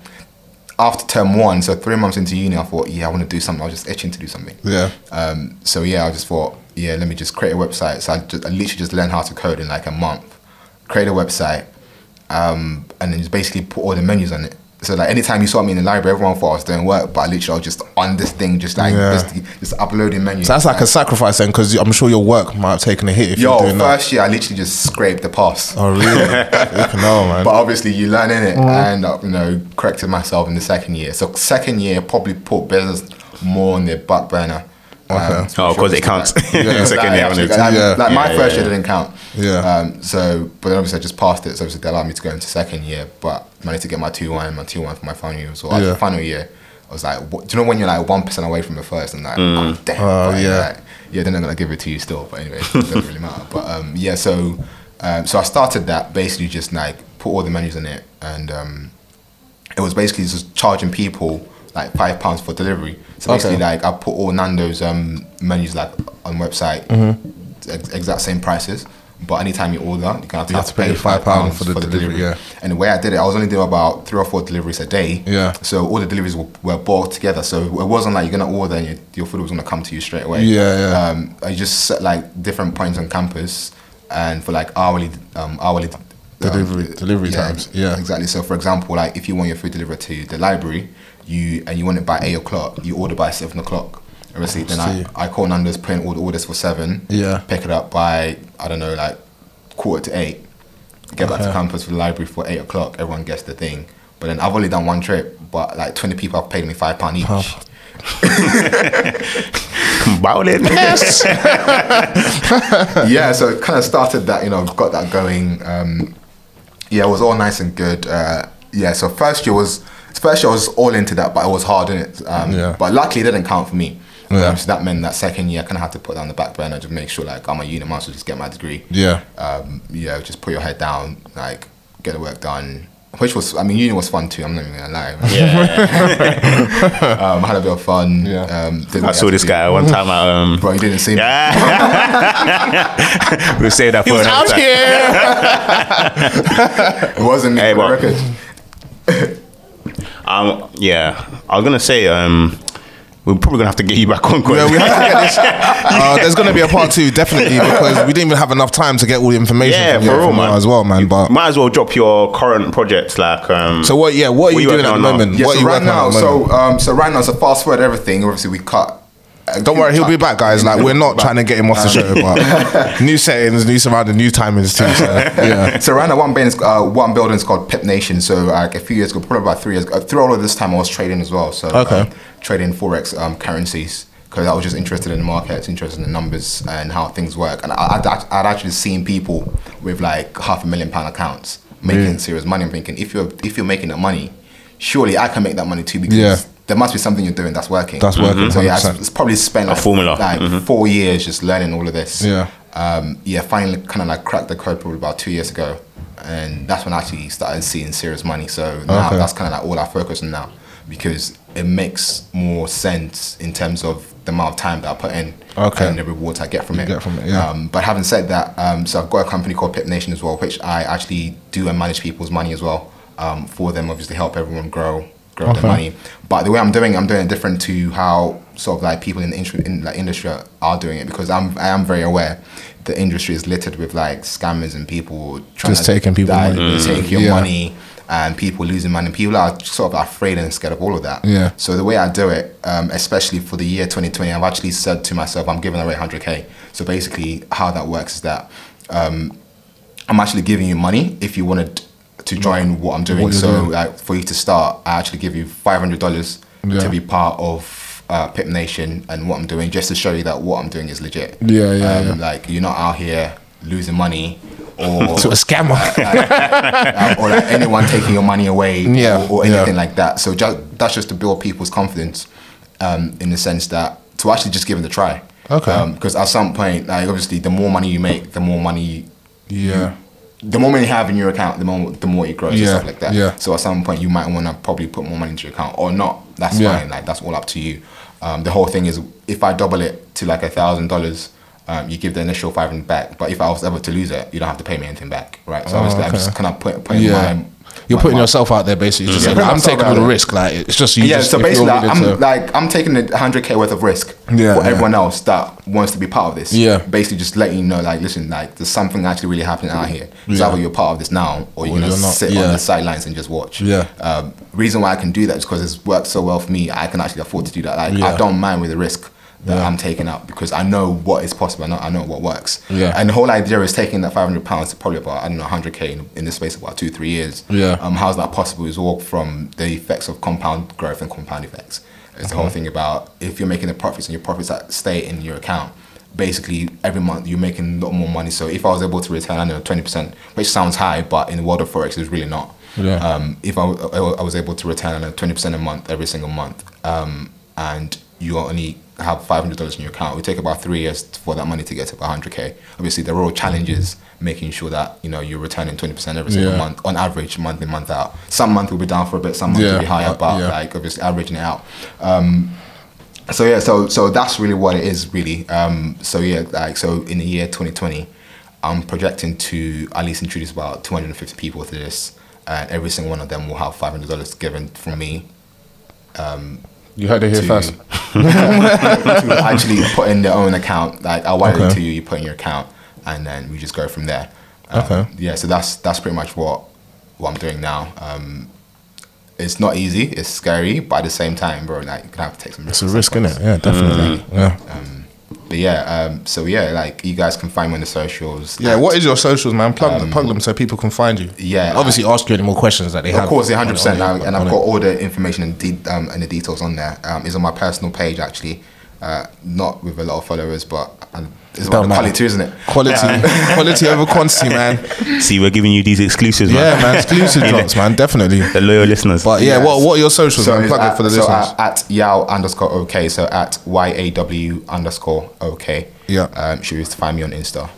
Speaker 3: after term one. So three months into uni, I thought, yeah, I want to do something. I was just itching to do something.
Speaker 2: Yeah.
Speaker 3: Um, so yeah, I just thought, yeah, let me just create a website. So I, just, I literally just learned how to code in like a month, create a website, um, and then just basically put all the menus on it. So like anytime you saw me in the library, everyone thought I was doing work, but I literally was just on this thing, just like
Speaker 2: Yeah.
Speaker 3: just, just uploading menus.
Speaker 2: So that's like a sacrifice then, because I'm sure your work might have taken a hit if
Speaker 3: yo.
Speaker 2: you're doing that.
Speaker 3: First year, I literally just scraped the pass.
Speaker 2: Oh really? Fucking hell, man.
Speaker 3: But obviously, you learn in it, and uh, you know, corrected myself in the second year. So second year probably put business more on the back burner. Um,
Speaker 2: Okay.
Speaker 1: Oh, 'cause it counts.
Speaker 3: Yeah,
Speaker 1: Second year,
Speaker 3: actually,
Speaker 1: honest.
Speaker 3: like,
Speaker 2: Yeah.
Speaker 3: like my
Speaker 1: Yeah,
Speaker 3: first
Speaker 1: yeah,
Speaker 3: year didn't count.
Speaker 2: Yeah.
Speaker 3: Um, so, but then obviously I just passed it. So obviously they allowed me to go into second year, but managed to get my two one, my two one for my final year. So
Speaker 2: Yeah.
Speaker 3: yeah. final year, I was like, what, do you know when you're like one percent away from the first, and
Speaker 1: Mm.
Speaker 3: like, oh damn,
Speaker 2: Oh,
Speaker 3: but,
Speaker 2: yeah.
Speaker 3: like, yeah, they're not gonna give it to you still. But anyway, it doesn't really matter. But um, yeah, so um, so I started that basically just like put all the menus in it, and um, it was basically just charging people like five pounds for delivery. So basically,
Speaker 2: Okay.
Speaker 3: like I put all Nando's um, menus like on website, ex- exact same prices. But anytime you order, Mm-hmm. you can have to,
Speaker 2: You
Speaker 3: have to pay five pounds for the, delivery.
Speaker 2: yeah.
Speaker 3: And the way I did it, I was only doing about three or four deliveries a day.
Speaker 2: Yeah.
Speaker 3: So all the deliveries were, were bought together. So it wasn't like you're gonna order and your, your food was gonna come to you straight away.
Speaker 2: Yeah, yeah.
Speaker 3: Um, I just set like different points on campus, and for like hourly, um, hourly um,
Speaker 2: Delivery- delivery times, yeah.
Speaker 3: exactly. So for example, like if you want your food delivered to the library, you and you want it by eight o'clock, you order by seven o'clock. Obviously, then
Speaker 2: See.
Speaker 3: I, I call Nando's, print all the orders for seven.
Speaker 2: Yeah.
Speaker 3: Pick it up by I don't know like quarter to eight. Get back to
Speaker 2: Okay.
Speaker 3: campus for the library for eight o'clock. Everyone gets the thing. But then I've only done one trip, but like twenty people have paid me five pound each.
Speaker 1: Bowling. Yes.
Speaker 2: Uh,
Speaker 3: yeah, so it kind of started that, you know, got that going. Um, yeah, it was all nice and good. Uh, yeah, so first year was first year I was all into that, but it was hard, in it? Um,
Speaker 2: Yeah.
Speaker 3: But luckily, it didn't count for me.
Speaker 2: Yeah.
Speaker 3: Um, so that meant that second year, I kind of had to put down the back burner to make sure, like, I'm a unit master, just get my degree.
Speaker 2: Yeah.
Speaker 3: Um, you know, just put your head down, like, get the work done. Which was, I mean, uni was fun too. I'm not even gonna lie.
Speaker 1: yeah.
Speaker 3: Um, I had a bit of fun.
Speaker 2: Yeah.
Speaker 3: Um, did what
Speaker 1: I
Speaker 3: I
Speaker 1: saw
Speaker 3: had
Speaker 1: this
Speaker 3: to do.
Speaker 1: guy one time at um.
Speaker 3: Bro, you didn't see me.
Speaker 1: Yeah. we'll say that for another time.
Speaker 2: here.
Speaker 3: It wasn't me.
Speaker 1: Hey,
Speaker 3: for the
Speaker 1: but-
Speaker 3: record.
Speaker 1: Um, yeah, I was gonna say um, we're probably gonna have to get you back on. quick.
Speaker 2: Yeah, we have to get this. Uh, there's going to be a part two, definitely, because we didn't even have enough time to get all the information.
Speaker 1: Yeah,
Speaker 2: from
Speaker 1: for
Speaker 2: you,
Speaker 1: real,
Speaker 2: from
Speaker 1: man.
Speaker 2: us As well, man. But
Speaker 1: Might as well drop your current projects, like um.
Speaker 2: so what? Yeah, what are
Speaker 1: What you
Speaker 2: you doing at the
Speaker 1: working on now?
Speaker 2: moment?
Speaker 1: Yeah,
Speaker 2: What
Speaker 3: so
Speaker 2: are you
Speaker 3: right
Speaker 2: working on
Speaker 3: now,
Speaker 2: at the moment?
Speaker 3: so um, so right now, so fast forward everything. Obviously, we cut.
Speaker 2: Don't worry, he'll be back, guys. Like we're not trying to get him off the show, but new settings, new surrounding, new timings too. So, yeah,
Speaker 3: So right now, one building, uh, one building is called Pip Nation. So like a few years ago, probably about three years ago, through all of this time, I was trading as well. So
Speaker 2: Okay.
Speaker 3: um, trading forex um, currencies because I was just interested in the markets, interested in the numbers and how things work. And I, I'd, act- I'd actually seen people with like half a million pound accounts making serious money. I'm thinking if you're if you're making that money, surely I can make that money too because
Speaker 2: Yeah.
Speaker 3: there must be something you're doing that's working.
Speaker 2: That's working,
Speaker 3: So yeah, I s-
Speaker 2: 100%.
Speaker 3: it's probably spent like,
Speaker 1: formula.
Speaker 3: like four years just learning all of this
Speaker 2: Mm-hmm. yeah.
Speaker 3: um, yeah, finally kind of like cracked the code probably about two years ago. and that's when I actually started seeing serious money. So now
Speaker 2: Okay.
Speaker 3: that's kind of like all I focus on now because it makes more sense in terms of the amount of time that I put in
Speaker 2: Okay.
Speaker 3: and the rewards I get from
Speaker 2: You
Speaker 3: it.
Speaker 2: get from it, yeah.
Speaker 3: Um, but having said that, um, so I've got a company called Pip Nation as well, which I actually do and manage people's money as well um, for them, obviously help everyone grow grow
Speaker 2: Okay.
Speaker 3: their money. But the way I'm doing, it, I'm doing it different to how sort of like people in the industry, in like industry are- are doing it because I'm I am very aware the industry is littered with like scammers and people trying
Speaker 2: Just taking people's
Speaker 3: that-
Speaker 2: money. Mm.
Speaker 3: they take your
Speaker 2: Yeah.
Speaker 3: money and people losing money. People are sort of afraid and scared of all of that.
Speaker 2: Yeah.
Speaker 3: So the way I do it, um, especially for the year 2020, I've actually said to myself, I'm giving away 100k. So basically, how that works is that um, I'm actually giving you money if you wanted to join what I'm doing.
Speaker 2: What you're
Speaker 3: so,
Speaker 2: doing.
Speaker 3: like for you to start, I actually give you five hundred dollars
Speaker 2: Yeah.
Speaker 3: to be part of uh, Pip Nation and what I'm doing, just to show you that what I'm doing is legit. Um,
Speaker 2: Yeah, yeah, yeah.
Speaker 3: Like you're not out here losing money or
Speaker 2: To a scammer.
Speaker 3: uh, or like anyone taking your money away
Speaker 2: Yeah,
Speaker 3: or, or
Speaker 2: yeah.
Speaker 3: anything like that. So ju- that's just to build people's confidence um, in the sense that to actually just give it a try.
Speaker 2: Okay.
Speaker 3: Because at some point, like obviously, the more money you make, the more money,
Speaker 2: yeah.
Speaker 3: the more money you have in your account, the more the more it grows
Speaker 2: Yeah,
Speaker 3: and stuff like that.
Speaker 2: yeah.
Speaker 3: So at some point, you might want to probably put more money into your account or not. That's
Speaker 2: Yeah.
Speaker 3: fine. Like that's all up to you. Um, the whole thing is, if I double it to like a thousand dollars. Um, you give the initial five hundred back, but if I was ever to lose it, you don't have to pay me anything back, right? So obviously, I'm
Speaker 2: Oh, okay.
Speaker 3: just kind of put, putting
Speaker 2: Yeah.
Speaker 3: my
Speaker 2: You're
Speaker 3: my-
Speaker 2: putting
Speaker 3: my-
Speaker 2: yourself out there basically. Just
Speaker 3: Yeah,
Speaker 2: saying,
Speaker 3: putting
Speaker 2: I'm
Speaker 3: myself
Speaker 2: taking
Speaker 3: out
Speaker 2: all the
Speaker 3: there.
Speaker 2: risk. Like it's just you.
Speaker 3: yeah,
Speaker 2: just,
Speaker 3: so
Speaker 2: if you're
Speaker 3: basically,
Speaker 2: willing
Speaker 3: I'm
Speaker 2: to-
Speaker 3: like I'm taking a hundred k worth of risk
Speaker 2: Yeah,
Speaker 3: for
Speaker 2: yeah.
Speaker 3: everyone else that wants to be part of this.
Speaker 2: Yeah.
Speaker 3: basically, just letting you know, like, listen, like, there's something actually really happening out here. It's
Speaker 2: Yeah.
Speaker 3: either you're part of this now, or you're
Speaker 2: Or
Speaker 3: gonna
Speaker 2: you're not.
Speaker 3: sit
Speaker 2: Yeah.
Speaker 3: on the sidelines and just watch.
Speaker 2: Yeah.
Speaker 3: Um, reason why I can do that is because it's worked so well for me. I can actually afford to do that. Like,
Speaker 2: Yeah.
Speaker 3: I don't mind with the risk that
Speaker 2: Yeah.
Speaker 3: I'm taking up because I know what is possible. I know, I know what works.
Speaker 2: Yeah.
Speaker 3: And the whole idea is taking that 500 pounds to probably about I don't know 100k in, in the space of about two three years.
Speaker 2: Yeah.
Speaker 3: Um, how's that possible? Is all from the effects of compound growth and compound effects. It's the whole thing about if you're making the profits and your profits that stay in your account. Basically, every month you're making a lot more money. So if I was able to return, I don't know, twenty percent, which sounds high, but in the world of forex, it's really not.
Speaker 2: Yeah.
Speaker 3: Um, if I, w- I w- I was able to return, I don't know, twenty percent a month every single month, um, and you only have five hundred dollars in your account, it would take about three years for that money to get to about hundred k. Obviously, there are all challenges making sure that you know you're returning twenty percent every single
Speaker 2: Yeah.
Speaker 3: month on average, month in month out. Some month will be down for a bit, some month
Speaker 2: Yeah,
Speaker 3: will be higher,
Speaker 2: uh,
Speaker 3: but
Speaker 2: yeah.
Speaker 3: like obviously averaging it out. Um, so yeah, so so that's really what it is, really. Um, so yeah, like so in the year 2020, I'm projecting to at least introduce about 250 people to this, and every single one of them will have $500 given from me
Speaker 2: you heard it here
Speaker 3: to-
Speaker 2: first.
Speaker 3: to actually put in their own account. Like I wire it
Speaker 2: Okay.
Speaker 3: to you, you put in your account, and then we just go from there. Um,
Speaker 2: Okay.
Speaker 3: Yeah, so that's that's pretty much what what I'm doing now. Um, it's not easy. It's scary, but at the same time, bro, like you're gonna have to take some
Speaker 2: It's
Speaker 3: risks.
Speaker 2: a risk, isn't it? Yeah, definitely. Yeah.
Speaker 3: But yeah, um, so yeah, like you guys can find me on the socials.
Speaker 2: Yeah. What is your socials, man? Plug, them, plug them so people can find you.
Speaker 3: Yeah,
Speaker 2: Obviously, ask you any more questions that they have.
Speaker 3: Of course,
Speaker 2: on it, on
Speaker 3: hundred percent.
Speaker 2: it,
Speaker 3: And and
Speaker 2: on
Speaker 3: I've
Speaker 2: it.
Speaker 3: got all the information and, de- um, and the details on there. Um, it's on my personal page actually, uh, not with a lot of followers, but um, it's about
Speaker 2: Don't
Speaker 3: the
Speaker 2: matter.
Speaker 3: quality, isn't it?
Speaker 2: quality, quality over quantity, man.
Speaker 1: See, we're giving you these exclusives, man.
Speaker 2: Yeah, man. Exclusive drops, man. Definitely.
Speaker 1: The loyal listeners.
Speaker 2: But yeah,
Speaker 3: Yes.
Speaker 2: what what are your socials? man?
Speaker 3: it's
Speaker 2: Plug
Speaker 3: at,
Speaker 2: it for the
Speaker 3: so
Speaker 2: listeners.
Speaker 3: at- at Yao underscore OK. So at Y A W underscore OK.
Speaker 2: Yeah.
Speaker 3: Um, she used to find me on Insta.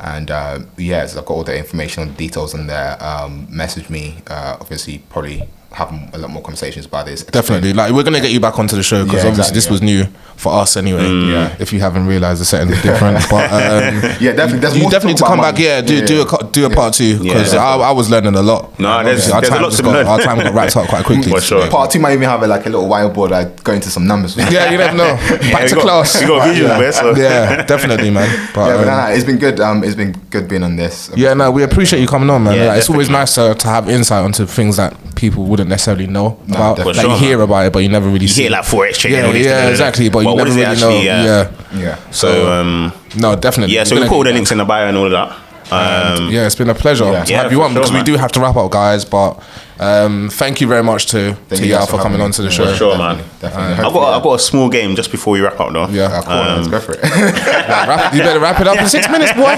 Speaker 3: And uh, yeah, so I've got all the information and details on there. Um, message me. Uh, obviously, probably have a lot more conversations about this.
Speaker 2: Definitely. Like we're gonna get you back onto the show because
Speaker 3: Yeah,
Speaker 2: obviously
Speaker 3: exactly,
Speaker 2: this
Speaker 3: yeah.
Speaker 2: was new for us anyway.
Speaker 1: Mm.
Speaker 3: Yeah.
Speaker 2: If you haven't realised, the setting's different. But um,
Speaker 3: Yeah, definitely. There's
Speaker 2: you
Speaker 3: more to
Speaker 2: definitely to
Speaker 3: talk
Speaker 2: come back.
Speaker 3: about money.
Speaker 2: Yeah, do
Speaker 3: Yeah,
Speaker 2: do
Speaker 3: yeah.
Speaker 2: a co- do a part two because
Speaker 1: Yeah.
Speaker 2: I, I was learning a lot.
Speaker 1: No, there's-
Speaker 2: Obviously, our
Speaker 1: there's a
Speaker 2: time
Speaker 1: lot
Speaker 2: just
Speaker 1: to
Speaker 2: got,
Speaker 1: learn.
Speaker 2: Our time got wrapped up quite quickly.
Speaker 1: For sure.
Speaker 3: Part two might even have a, like a little whiteboard. I go into some numbers.
Speaker 2: Yeah, you never know. Back
Speaker 1: we
Speaker 2: to
Speaker 1: got-
Speaker 2: class.
Speaker 1: we got visuals,
Speaker 2: yeah.
Speaker 1: man, so-
Speaker 2: yeah, definitely, man. But,
Speaker 3: Yeah, but
Speaker 2: um,
Speaker 3: no, no, it's been good. Um, it's been good being on this.
Speaker 2: Yeah, no, we appreciate you coming on, man.
Speaker 1: Yeah,
Speaker 2: Like, it's always nice to, to have insight onto things that people wouldn't necessarily know about.
Speaker 3: definitely.
Speaker 2: Like
Speaker 1: For
Speaker 2: you
Speaker 1: sure,
Speaker 2: hear about it, but you never really
Speaker 1: you
Speaker 2: see.
Speaker 1: hear like forex trading.
Speaker 2: yeah,
Speaker 1: all this, da, da,
Speaker 2: yeah,
Speaker 1: da.
Speaker 2: exactly. But you
Speaker 1: what
Speaker 2: never
Speaker 1: is
Speaker 2: really
Speaker 1: it actually,
Speaker 2: know.
Speaker 1: uh,
Speaker 2: yeah.
Speaker 3: yeah.
Speaker 1: So um,
Speaker 2: No, definitely.
Speaker 1: yeah, so
Speaker 2: We're
Speaker 1: we'll
Speaker 2: gonna-
Speaker 1: put all the links in the bio and all of that. Um,
Speaker 2: Yeah, it's been a pleasure
Speaker 3: Yeah.
Speaker 2: to
Speaker 1: Yeah,
Speaker 2: have you
Speaker 1: for
Speaker 2: on
Speaker 1: sure,
Speaker 2: because we
Speaker 1: man.
Speaker 2: do have to wrap up, guys. But um, thank you very much to to
Speaker 3: you guys
Speaker 2: Yao for coming
Speaker 3: having
Speaker 2: on to
Speaker 3: me.
Speaker 2: the show.
Speaker 1: For sure, man.
Speaker 3: Definitely, definitely.
Speaker 1: I've got I've got a small game just before we wrap up though.
Speaker 2: Yeah.
Speaker 3: Uh, cool, let's go for it.
Speaker 1: um,
Speaker 2: Wrap- you better wrap it up in six minutes, boy.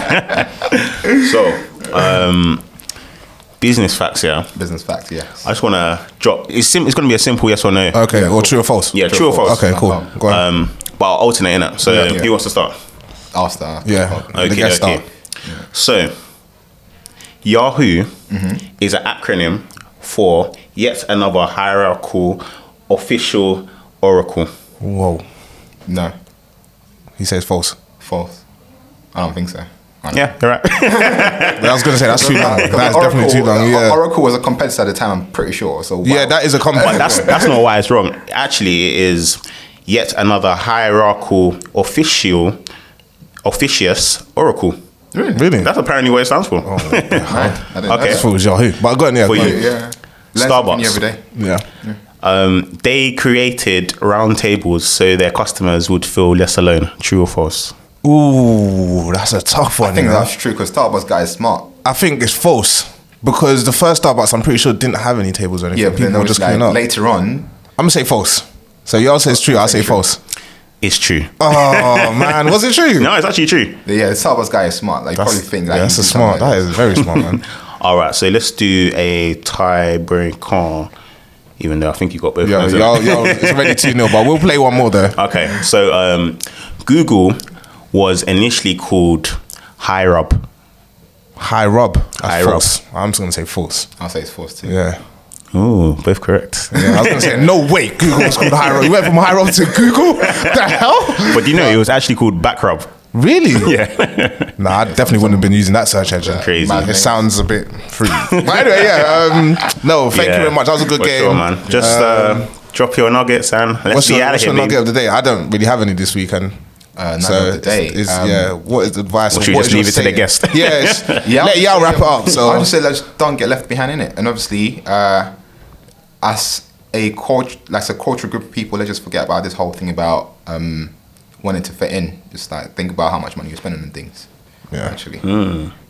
Speaker 1: So um, business facts. Yeah,
Speaker 3: Business fact, yes.
Speaker 1: I just want to drop. It's sim- It's going to be a simple yes or no.
Speaker 2: Okay, or true or false?
Speaker 1: Yeah, true or false.
Speaker 2: Okay, cool. Go on.
Speaker 1: Um, but I'll alternate in it. So
Speaker 3: yeah.
Speaker 1: who wants to start?
Speaker 3: I'll start.
Speaker 2: yeah,
Speaker 1: Okay,
Speaker 2: the guest
Speaker 1: okay.
Speaker 2: star.
Speaker 1: So, Yahoo
Speaker 2: Mm-hmm.
Speaker 1: is an acronym for yet another hierarchical official oracle.
Speaker 2: Whoa.
Speaker 3: No,
Speaker 2: He says false.
Speaker 3: false. I don't think so. I don't-
Speaker 1: Yeah, you're right.
Speaker 2: I was gonna say that's too long. That's
Speaker 3: Oracle-
Speaker 2: definitely too long.
Speaker 3: O-
Speaker 2: Yeah.
Speaker 3: Oracle was a competitor at the time. I'm pretty sure. So wow.
Speaker 2: Yeah, that is a
Speaker 1: but
Speaker 2: company.
Speaker 1: that's that's not why it's wrong. Actually, it is yet another hierarchical official officious oracle.
Speaker 2: really.
Speaker 1: That's apparently what it stands
Speaker 2: Oh,
Speaker 1: for.
Speaker 3: Right? I didn't know
Speaker 1: Okay.
Speaker 3: that.
Speaker 2: I thought it was Yahoo. But go on, yeah.
Speaker 1: For
Speaker 2: go on.
Speaker 1: you.
Speaker 3: Yeah.
Speaker 1: Starbucks.
Speaker 3: Every day.
Speaker 2: Yeah.
Speaker 1: Um, they created round tables so their customers would feel less alone. True or false?
Speaker 2: Ooh, that's a tough one.
Speaker 3: I think
Speaker 2: you know.
Speaker 3: that's true because Starbucks guy is smart.
Speaker 2: I think it's false because the first Starbucks, I'm pretty sure, didn't have any tables or anything.
Speaker 3: Yeah, but then
Speaker 2: people were just
Speaker 3: obviously,
Speaker 2: cleaning
Speaker 3: like,
Speaker 2: up.
Speaker 3: later on,
Speaker 2: I'm gonna say false. So y'all say it's true. I say false.
Speaker 1: It's true.
Speaker 2: Oh man, was it true?
Speaker 1: No, it's actually true.
Speaker 3: the- yeah, the Starbucks guy is smart. Like
Speaker 2: that's,
Speaker 3: probably think like
Speaker 2: yeah,
Speaker 3: he
Speaker 2: that's a
Speaker 3: can do
Speaker 2: smart.
Speaker 3: something like
Speaker 2: That is very smart, man.
Speaker 1: All right, so let's do a tiebreaker. Even though I think you got both.
Speaker 2: Yeah,
Speaker 1: hands up.
Speaker 2: y'all, y'all, it's already two 0 but we'll play one more though.
Speaker 1: Okay, so um, Google was initially called HiRub.
Speaker 2: Hi Rob. That's
Speaker 1: Hi, Rob.
Speaker 2: false. I'm just gonna say false.
Speaker 3: I'll say it's forced too.
Speaker 2: Yeah.
Speaker 1: Oh, both correct.
Speaker 2: Yeah, I was gonna say no way. Google was called High Rob. You went from High Rob to Google. The hell?
Speaker 1: But you know, it was actually called Backrub.
Speaker 2: Really?
Speaker 1: Yeah,
Speaker 2: Nah, I definitely wouldn't have been using that search engine.
Speaker 1: Crazy.
Speaker 2: Man, it sounds a bit fruity. but anyway, yeah. Um, no, thank
Speaker 1: Yeah,
Speaker 2: you very much. That was a good
Speaker 1: for
Speaker 2: game, Um,
Speaker 1: sure, man. Just uh, drop your nuggets and let's
Speaker 2: What's
Speaker 1: be
Speaker 2: your,
Speaker 1: out of
Speaker 2: what's
Speaker 1: here.
Speaker 2: your
Speaker 1: baby.
Speaker 2: nugget of the day? I don't really have any this weekend.
Speaker 3: Uh, nugget of the day,
Speaker 2: Is,
Speaker 3: um,
Speaker 2: yeah, what is the advice?
Speaker 1: Well, should we
Speaker 2: What
Speaker 1: just
Speaker 2: is your
Speaker 1: leave it to the
Speaker 2: saying?
Speaker 1: guest?
Speaker 2: Yeah, it's,
Speaker 3: Yeah,
Speaker 2: let
Speaker 3: I'll-
Speaker 2: y'all wrap it up.
Speaker 3: I
Speaker 2: So
Speaker 3: just say let's don't get left behind in it. And obviously, uh, as a culture, like as a cultural group of people, let's just forget about this whole thing about um, wanting to fit in. Just like think about how much money you're spending on things.
Speaker 2: Yeah.
Speaker 3: Actually,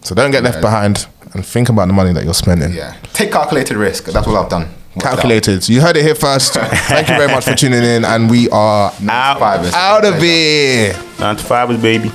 Speaker 2: so don't get left behind and think about the money that you're spending.
Speaker 3: yeah. Take calculated risk. That's what I've done. What's that?
Speaker 2: Calculated. You heard it here first. Thank you very much for tuning in, and we are
Speaker 3: Nine to
Speaker 1: Out.
Speaker 3: five is-
Speaker 2: out of here.
Speaker 1: Nine to five, baby.